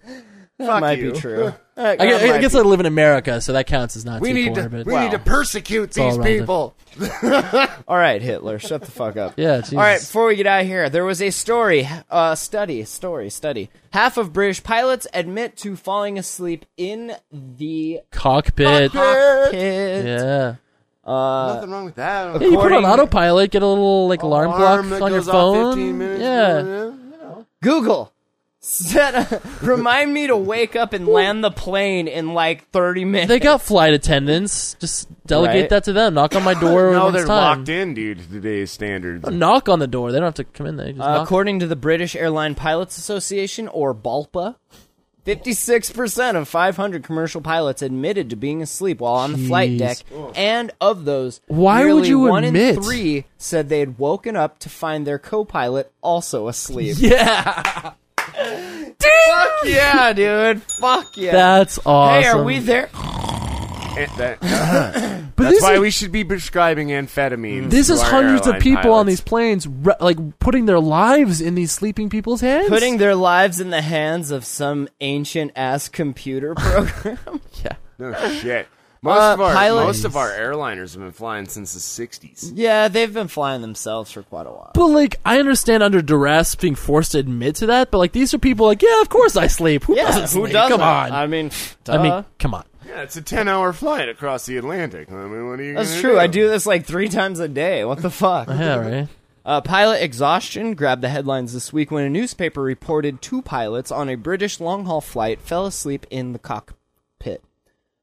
S1: That
S2: Fuck
S1: might
S2: you.
S1: be
S2: (laughs)
S1: true.
S3: (laughs) I guess, I, guess I live in America, so that counts as not
S2: We
S3: too
S2: need
S3: poor.
S2: to
S3: but
S2: we need to persecute
S3: all
S2: these
S3: relative.
S2: people.
S1: All right, Hitler, shut the fuck up.
S3: (laughs) Yeah, Jesus.
S1: All right, before we get out of here, there was a story, uh, study, story, study. Half of British pilots admit to falling asleep in the
S3: cockpit.
S1: cockpit.
S3: Yeah.
S2: Nothing wrong with that.
S3: Yeah, you put on
S1: According-
S3: autopilot, get a little like alarm,
S2: Alarm
S3: clock
S2: that
S3: on your
S2: goes off 15
S3: phone.
S2: minutes.
S3: yeah.
S1: Google, set a, (laughs) remind me to wake up and land the plane in like 30 minutes.
S3: They got flight attendants. Just delegate
S1: Right.
S3: that to them. Knock on my door.
S2: No,
S3: when
S2: they're
S3: it's time.
S2: locked in, dude. To today's standards.
S3: Knock on the door. They don't have to come in there. Just
S1: Uh,
S3: knock.
S1: (laughs) (laughs) according to the British Airline Pilots Association, or BALPA, 56% of 500 commercial pilots admitted to being asleep while on the flight
S3: Jeez.
S1: deck, and of those,
S3: Why would
S1: nearly
S3: you
S1: one
S3: admit?
S1: in three said they had woken up to find their co-pilot also asleep.
S3: yeah.
S1: Fuck yeah, dude! Fuck yeah!
S3: That's awesome.
S1: Hey, are we there?
S2: Eh, that-
S3: but
S2: that's
S3: this
S2: why
S3: is,
S2: we should be prescribing amphetamines.
S3: this
S2: to
S3: is
S2: our
S3: hundreds of
S2: airline
S3: people on
S2: pilots.
S3: these planes, re- like putting their lives in these sleeping people's hands.
S1: Putting their lives in the hands of some ancient ass computer program.
S2: No shit. Most
S1: Uh,
S2: of our
S1: pilots-
S2: most of our airliners have been flying since the '60s.
S1: yeah, they've been flying themselves for quite a while.
S3: But like, I understand under duress being forced to admit to that. But like, these are people like, yeah, of course I sleep. Who
S1: Yeah,
S3: doesn't
S1: who
S3: sleep?
S1: doesn't?
S3: Come on.
S1: I mean,
S3: I mean,
S1: duh.
S3: come on.
S2: Yeah, it's a ten-hour flight across the Atlantic. I mean, what are you?
S1: That's
S2: gonna
S1: true. I do this like three times a day. What the fuck?
S3: (laughs) Yeah, right.
S1: Uh, pilot exhaustion grabbed the headlines this week when a newspaper reported two pilots on a British long haul flight fell asleep in the cockpit,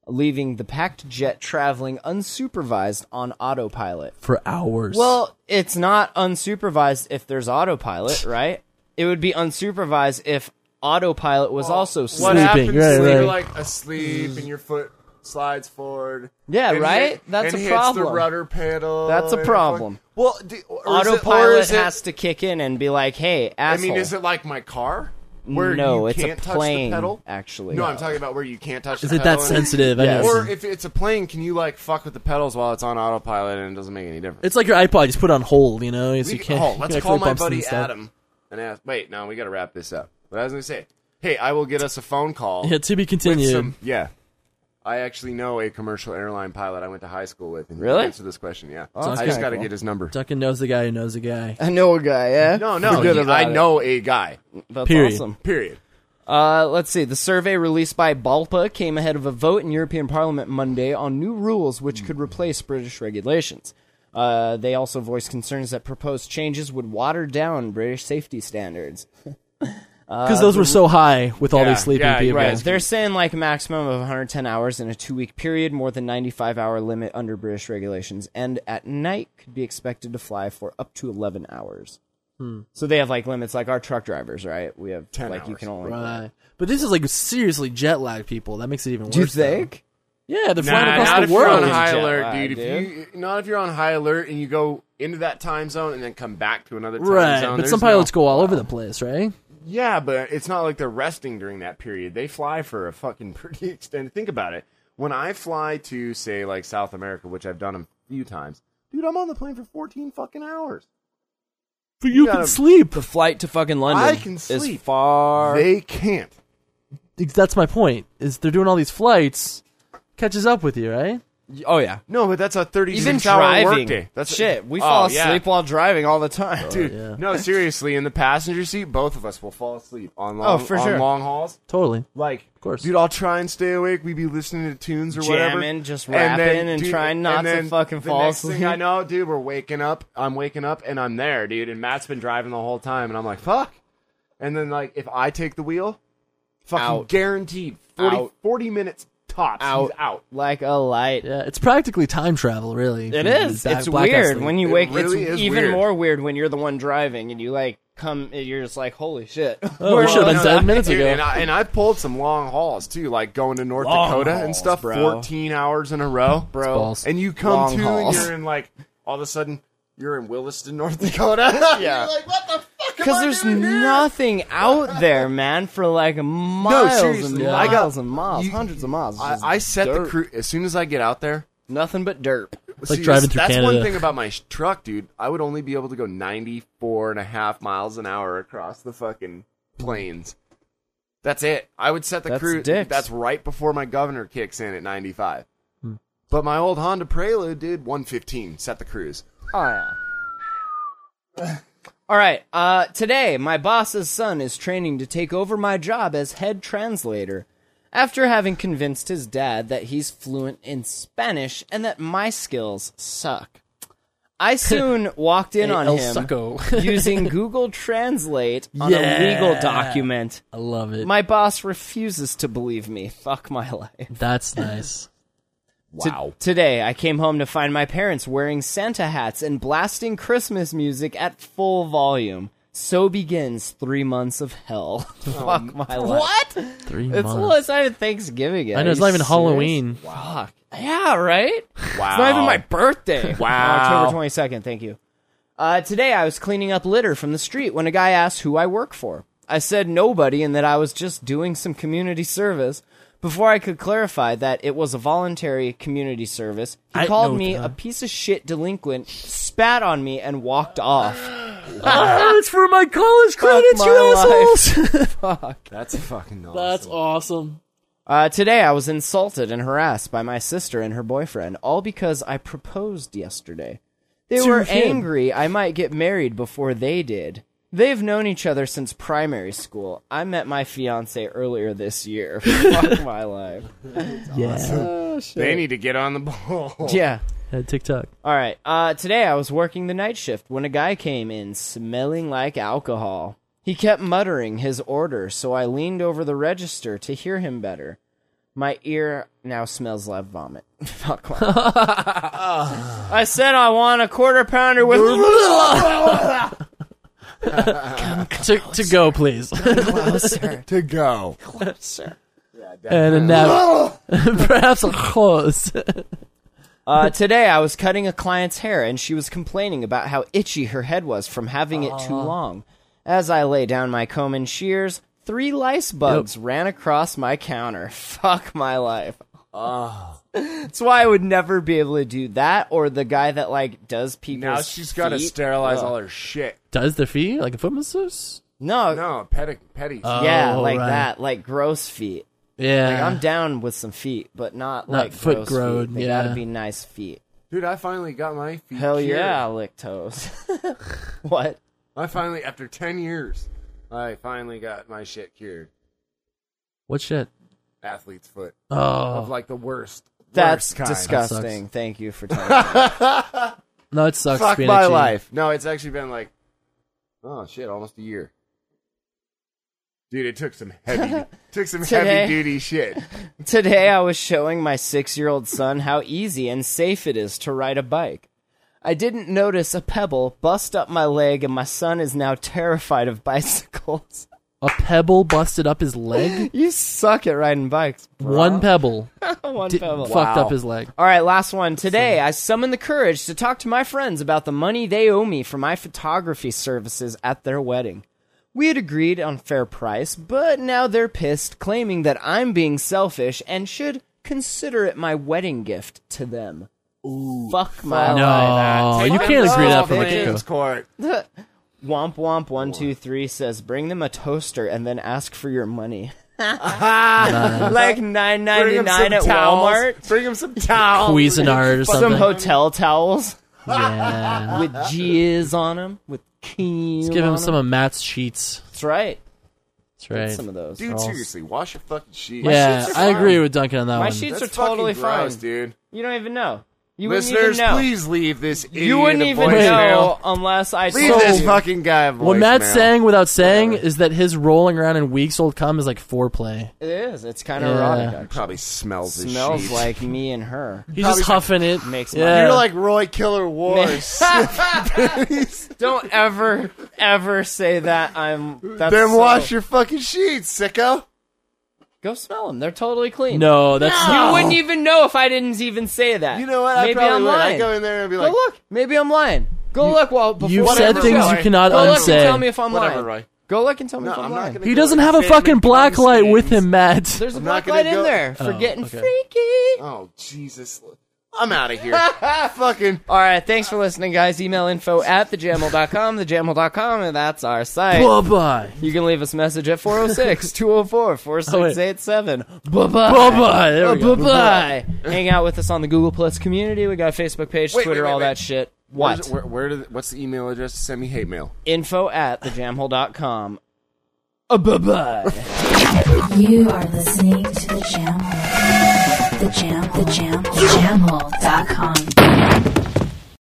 S1: leaving the packed jet traveling unsupervised on autopilot.
S3: For hours.
S1: Well, it's not unsupervised if there's autopilot, right? It would be unsupervised if autopilot was also
S2: What
S1: sleep.
S3: Sleeping,
S2: happens
S3: right,
S2: when
S3: right.
S2: you're like asleep and your foot slides forward?
S1: Yeah,
S2: and
S1: right?
S2: hit-
S1: That's
S2: and
S1: a
S2: hits The
S1: problem.
S2: rudder pedal.
S1: That's a
S2: and it
S1: problem.
S2: fuck- Well, do, or is it- or
S1: Autopilot
S2: is it-
S1: has to kick in and be like, "Hey,
S2: I
S1: asshole."
S2: mean, is it like my car? Where
S1: no,
S2: you
S1: it's
S2: can't
S1: a plane.
S2: touch the pedal?
S1: Actually,
S2: No, I'm talking about where you can't touch.
S3: is
S2: the
S3: it that
S2: pedal and-
S3: sensitive?
S1: Yes.
S3: I
S2: Or
S3: guess.
S2: if it's a plane, can you like fuck with the pedals while it's on autopilot and it doesn't make any difference?
S3: It's like your iPod. You just put it on hold. You know, so
S2: We
S3: you
S2: can-
S3: can't.
S2: oh,
S3: you
S2: let's
S3: can't
S2: call
S3: really
S2: my
S3: bump some
S2: buddy
S3: stuff.
S2: Adam and ask. Wait, no, we got to wrap this up. But I was gonna say, hey, I will get us a phone call.
S3: Yeah, to be continued.
S2: Some- yeah. I actually know a commercial airline pilot I went to high school with. And he can
S1: Really?
S2: Answer this question, yeah.
S1: that's
S2: I just
S1: kinda
S2: got to
S1: cool.
S2: get his number.
S3: Duncan knows the guy who knows the guy.
S1: I know a guy. Yeah,
S2: No, no,
S1: We're good
S2: he-
S1: about
S2: I
S1: it.
S2: know a guy.
S1: That's
S3: Period.
S1: awesome.
S2: Period.
S1: Uh, let's see. The survey released by BALPA came ahead of a vote in European Parliament Monday on new rules which could replace British regulations. Uh, they also voiced concerns that proposed changes would water down British safety standards.
S3: Because those were so high with all
S2: Uh, yeah,
S3: these sleeping
S2: yeah, you're
S3: people.
S2: right.
S1: They're saying like a maximum of 110 hours in a two week period, more than 95 hour limit under British regulations, and at night could be expected to fly for up to 11 hours. So they have like limits, like our truck drivers, right? We have
S2: 10
S1: like you
S2: hours.
S1: can only.
S3: Right. But this is like seriously jet lag people. That makes it even worse.
S1: Do you think?
S3: though. Yeah, they're flying
S2: Nah,
S3: across
S2: not
S3: the
S2: if
S3: world.
S2: you're on high
S1: Jet
S2: alert,
S1: lag,
S2: dude. If you, not if you're on high alert and you go into that time zone and then come back to another time
S3: right,
S2: zone.
S3: but
S2: there's
S3: some pilots
S2: no,
S3: go all over the place, right?
S2: Yeah, but it's not like they're resting during that period. They fly for a fucking (laughs) pretty extended. Think about it. When I fly to say like South America, which I've done a few times, dude, I'm on the plane for 14 fucking hours.
S3: But you
S2: gotta-
S3: can sleep.
S1: The flight to fucking London
S2: I can
S1: is
S2: sleep.
S1: far.
S2: They can't.
S3: That's my point. Is they're doing all these flights, catches up with you, right?
S1: oh yeah,
S2: No, but that's a 36
S1: even
S2: hour
S1: driving.
S2: workday. That's
S1: shit. We
S2: Oh,
S1: fall
S2: yeah.
S1: asleep while driving all the time,
S2: Dude, no, seriously, in the passenger seat, both of us will fall asleep on
S1: Oh,
S2: long,
S1: for
S2: on
S1: sure.
S2: long hauls.
S3: Totally.
S2: Like, of
S3: course.
S2: dude, I'll try and stay awake. We'd be listening to tunes or whatever,
S1: Jamming, just rapping and trying not
S2: and
S1: to
S2: then
S1: fucking
S2: the
S1: fall
S2: next thing
S1: asleep.
S2: I know, dude, we're waking up. I'm waking up and I'm there, dude. And Matt's been driving the whole time, and I'm like, fuck. And then like, if I take the wheel, fucking
S1: Out.
S2: guaranteed 40,
S1: Out.
S2: 40 minutes tops. he's
S1: Out.
S2: out.
S1: like a light.
S3: Yeah, it's practically time travel, really.
S1: It is.
S3: Mm-hmm. Black-
S1: It's
S3: blackout
S1: weird
S3: sleep.
S1: when you
S2: It
S1: wake.
S2: really
S1: it's
S2: is
S1: even
S2: weird.
S1: more weird when you're the one driving and you like come. You're just like, holy shit.
S3: Oh, we should
S1: (laughs)
S3: have been dead minutes
S2: Dude,
S3: ago.
S2: and, I, and I pulled some long hauls too, like going to North
S3: Long
S2: Dakota and
S3: hauls,
S2: stuff,
S1: bro.
S2: 14 hours in
S1: (laughs)
S2: a row, bro.
S3: balls.
S2: And you come
S1: Long
S2: to
S1: hauls.
S2: and you're in like all of a sudden you're in Williston, North Dakota. (laughs) yeah, like what the fuck? am
S1: Because
S2: I
S1: there's
S2: doing here?
S1: nothing out there, man, for like miles and
S2: seriously,
S1: miles
S2: I got-
S1: and miles,
S2: you-
S1: hundreds of miles. It's
S2: I,
S1: just
S2: I set the
S1: dirt.
S2: crew as soon as I get out there.
S1: nothing but dirt.
S3: It's like driving through
S2: that's
S3: Canada.
S2: one thing about my sh- truck, dude. I would only be able to go 94 and a half miles an hour across the fucking plains. That's it. I would set the
S1: That's
S2: cruise.
S1: dicks.
S2: That's right before my governor kicks in at 95.
S1: Hmm.
S2: But my old Honda Prelude, dude, 115. Set the cruise.
S1: Oh yeah. All right. Uh, today, my boss's son is training to take over my job as head translator. After having convinced his dad that he's fluent in Spanish and that my skills suck,
S3: (laughs)
S1: I soon walked in
S3: Hey,
S1: on
S3: El
S1: him (laughs)
S3: sucko.
S1: using Google Translate on
S3: Yeah.
S1: a legal document.
S3: I love it.
S1: My boss refuses to believe me. Fuck my life.
S3: That's nice.
S1: To- today, I came home to find my parents wearing Santa hats and blasting Christmas music at full volume. So begins three months of hell. (laughs) Fuck my life. What?
S3: Three
S1: It's,
S3: months.
S1: well, it's not even Thanksgiving yet.
S3: I know
S1: Are
S3: it's
S1: you
S3: not even
S1: serious?
S3: Halloween. (laughs)
S1: Fuck. Yeah, right?
S2: Wow.
S1: It's not even my (laughs) birthday. wow. Uh, October 22nd. Thank you. Uh, today, I was cleaning up litter from the street when a guy asked who I work for. I said nobody and that I was just doing some community service. Before I could clarify that it was a voluntary community service, he
S3: I
S1: called
S3: know
S1: me
S3: that.
S1: a piece of shit delinquent, spat on me, and walked off.
S3: Ah, it's for my college
S1: credits, you my (laughs)
S3: (laughs)
S2: That's fucking awesome.
S3: That's awesome.
S1: Uh, today, I was insulted and harassed by my sister and her boyfriend, all because I proposed yesterday. They
S3: To
S1: were
S3: him.
S1: angry I might get married before they did. They've known each other since primary school. I met my fiance earlier this year. (laughs) Fuck my life.
S2: They need to get on the ball.
S1: Yeah.
S3: Yeah, TikTok.
S1: (laughs) All right. Uh, today I was working the night shift when a guy came in smelling like alcohol. He kept muttering his order, so I leaned over the register to hear him better. My ear now smells like vomit. (laughs) Fuck. my- I said I want a quarter pounder with. (laughs)
S3: To, to go, please. (laughs)
S2: to go.
S3: and a nap. (laughs) Perhaps a hose.
S1: Uh, today I was cutting a client's hair, and she was complaining about how itchy her head was from having it too long. As I lay down my comb and shears, three lice bugs ran across my counter. (laughs) Fuck my life. That's why I would never be able to do that, or the guy that like does people's
S2: (laughs) Now she's got to
S1: feet.
S2: sterilize all her shit.
S3: (laughs) Does the fee like a foot masseuse?
S1: No,
S2: No, petty. petty.
S1: Uh, yeah,
S3: Oh,
S1: like
S3: right.
S1: that, like gross feet.
S3: Yeah.
S1: Like, I'm down with some feet, but not,
S3: Not
S1: like
S3: foot
S1: gross
S3: grown,
S1: Feet. They
S3: yeah.
S1: gotta be nice feet.
S2: Dude, I finally got my feet.
S1: Hell
S2: cured.
S1: yeah, I lick toes. (laughs) what?
S2: I finally, after 10 years, I finally got my shit cured.
S3: what shit?
S2: Athlete's foot.
S3: Oh
S2: Of like the worst.
S1: That's
S2: worst kind. (laughs)
S1: disgusting. Thank you for telling me.
S3: no, it sucks.
S2: Fuck
S3: being
S2: my
S3: itchy.
S2: life. No, it's actually been like, oh shit, almost a year. Dude, it took some
S1: (laughs)
S2: heavy, took some
S1: Today.
S2: heavy
S1: (laughs)
S2: duty shit.
S1: Today I was showing my six year old son how easy and safe it is to ride a bike. I didn't notice a pebble bust up my leg, and my son is now terrified of bicycles. (laughs)
S3: A pebble busted up his leg.
S1: you suck at riding bikes. (laughs) Bro.
S3: One pebble
S1: (laughs) One
S3: di-
S1: pebble.
S3: fucked up his leg.
S1: All right, last one. Today, I summoned the courage to talk to my friends about the money they owe me for my photography services at their wedding. We had agreed on fair price, but now they're pissed, claiming that I'm being selfish and should consider it my wedding gift to them. Fuck my life.
S3: No, you can't agree that from the get go.
S2: James Oh, Court.
S1: (laughs) Womp womp one two three says bring them a toaster and then ask for your
S2: (laughs)
S1: money. (laughs) like nine
S2: Bring
S1: ninety
S2: him
S1: nine
S2: some
S1: at
S2: towels.
S1: Walmart.
S2: Bring him some towels.
S3: Cuisinart or
S1: Some
S3: something.
S1: hotel
S3: (laughs)
S1: towels.
S3: yeah.
S1: with G's on them, with keys.
S3: Give him some of Matt's sheets.
S1: That's right.
S3: That's right.
S1: Some of those.
S2: Dude, seriously, wash your fucking sheets.
S3: yeah,
S1: sheets are
S3: I
S1: fine.
S3: agree with Duncan on that
S1: My
S3: one.
S1: sheets
S2: That's
S1: are totally
S2: fucking gross,
S1: fine.
S2: dude.
S1: You don't even know. You wouldn't even
S2: Listeners,
S1: know.
S2: please leave this idiot
S1: you wouldn't
S2: a
S1: even
S2: voicemail.
S1: know unless I
S2: Leave
S1: told
S2: this
S1: you.
S2: fucking guy a voicemail.
S3: what Matt's saying without saying is that his rolling around in weeks old cum is like foreplay.
S1: It is. It's kind of
S3: Yeah.
S1: erotic. Actually.
S2: probably smells. his
S1: uh, Smells
S2: sheets.
S1: like uh, me and her.
S3: He's just huffing it.
S1: Makes my-
S3: yeah.
S2: You're like Roy Killer
S1: (laughs)
S2: Wars. (laughs)
S1: don't ever, ever say that. I'm. That's
S2: then
S1: so-
S2: wash your fucking sheets, sicko.
S1: Go smell them. They're totally clean.
S3: no, that's
S1: You wouldn't even know if I didn't even say that.
S2: You know what? I
S1: Maybe
S2: probably
S1: am
S2: would.
S1: lying.
S2: I'd go in there and be
S1: Go
S2: like,
S1: look. Maybe I'm lying. Go look. Well, before
S3: You've said
S1: whatever.
S3: things
S2: Roy.
S3: you cannot
S1: Go look and
S3: unsay.
S1: tell me if I'm
S2: whatever,
S1: lying.
S2: Roy.
S1: Go look and tell me
S2: No,
S1: if I'm,
S2: I'm
S1: lying.
S2: not gonna.
S3: He
S2: go
S3: doesn't
S2: and
S3: have a
S2: fit in
S3: fucking
S2: the
S3: black
S2: cum
S3: light with
S2: stains.
S3: him, Matt.
S1: There's a
S2: I'm
S1: black
S2: not gonna
S1: light in
S2: go-
S1: there for
S3: Oh,
S1: getting
S3: okay.
S1: freaky.
S2: Oh Jesus! I'm out of here.
S1: (laughs)
S2: Fucking
S1: All right, thanks for listening, guys. Email
S2: (laughs)
S1: info at thejamel.com, thejamel.com, and that's our site.
S3: Bye-bye.
S1: You can leave us a message at 406 204
S3: (laughs)
S1: 4687. Bye
S3: Bye-bye. There we go.
S1: bye. Hang out with us on the Google Plus community. We got a Facebook page,
S2: Wait,
S1: Twitter,
S2: wait, wait,
S1: all
S2: wait.
S1: that shit.
S2: Where's-
S1: What?
S2: Where, where did, what's the email address to send me hate mail?
S1: info at thejamhole.com. Uh, bye bye.
S4: You are listening to the Jam Hole. The Jam, the Jam, the Jam Hole dot com.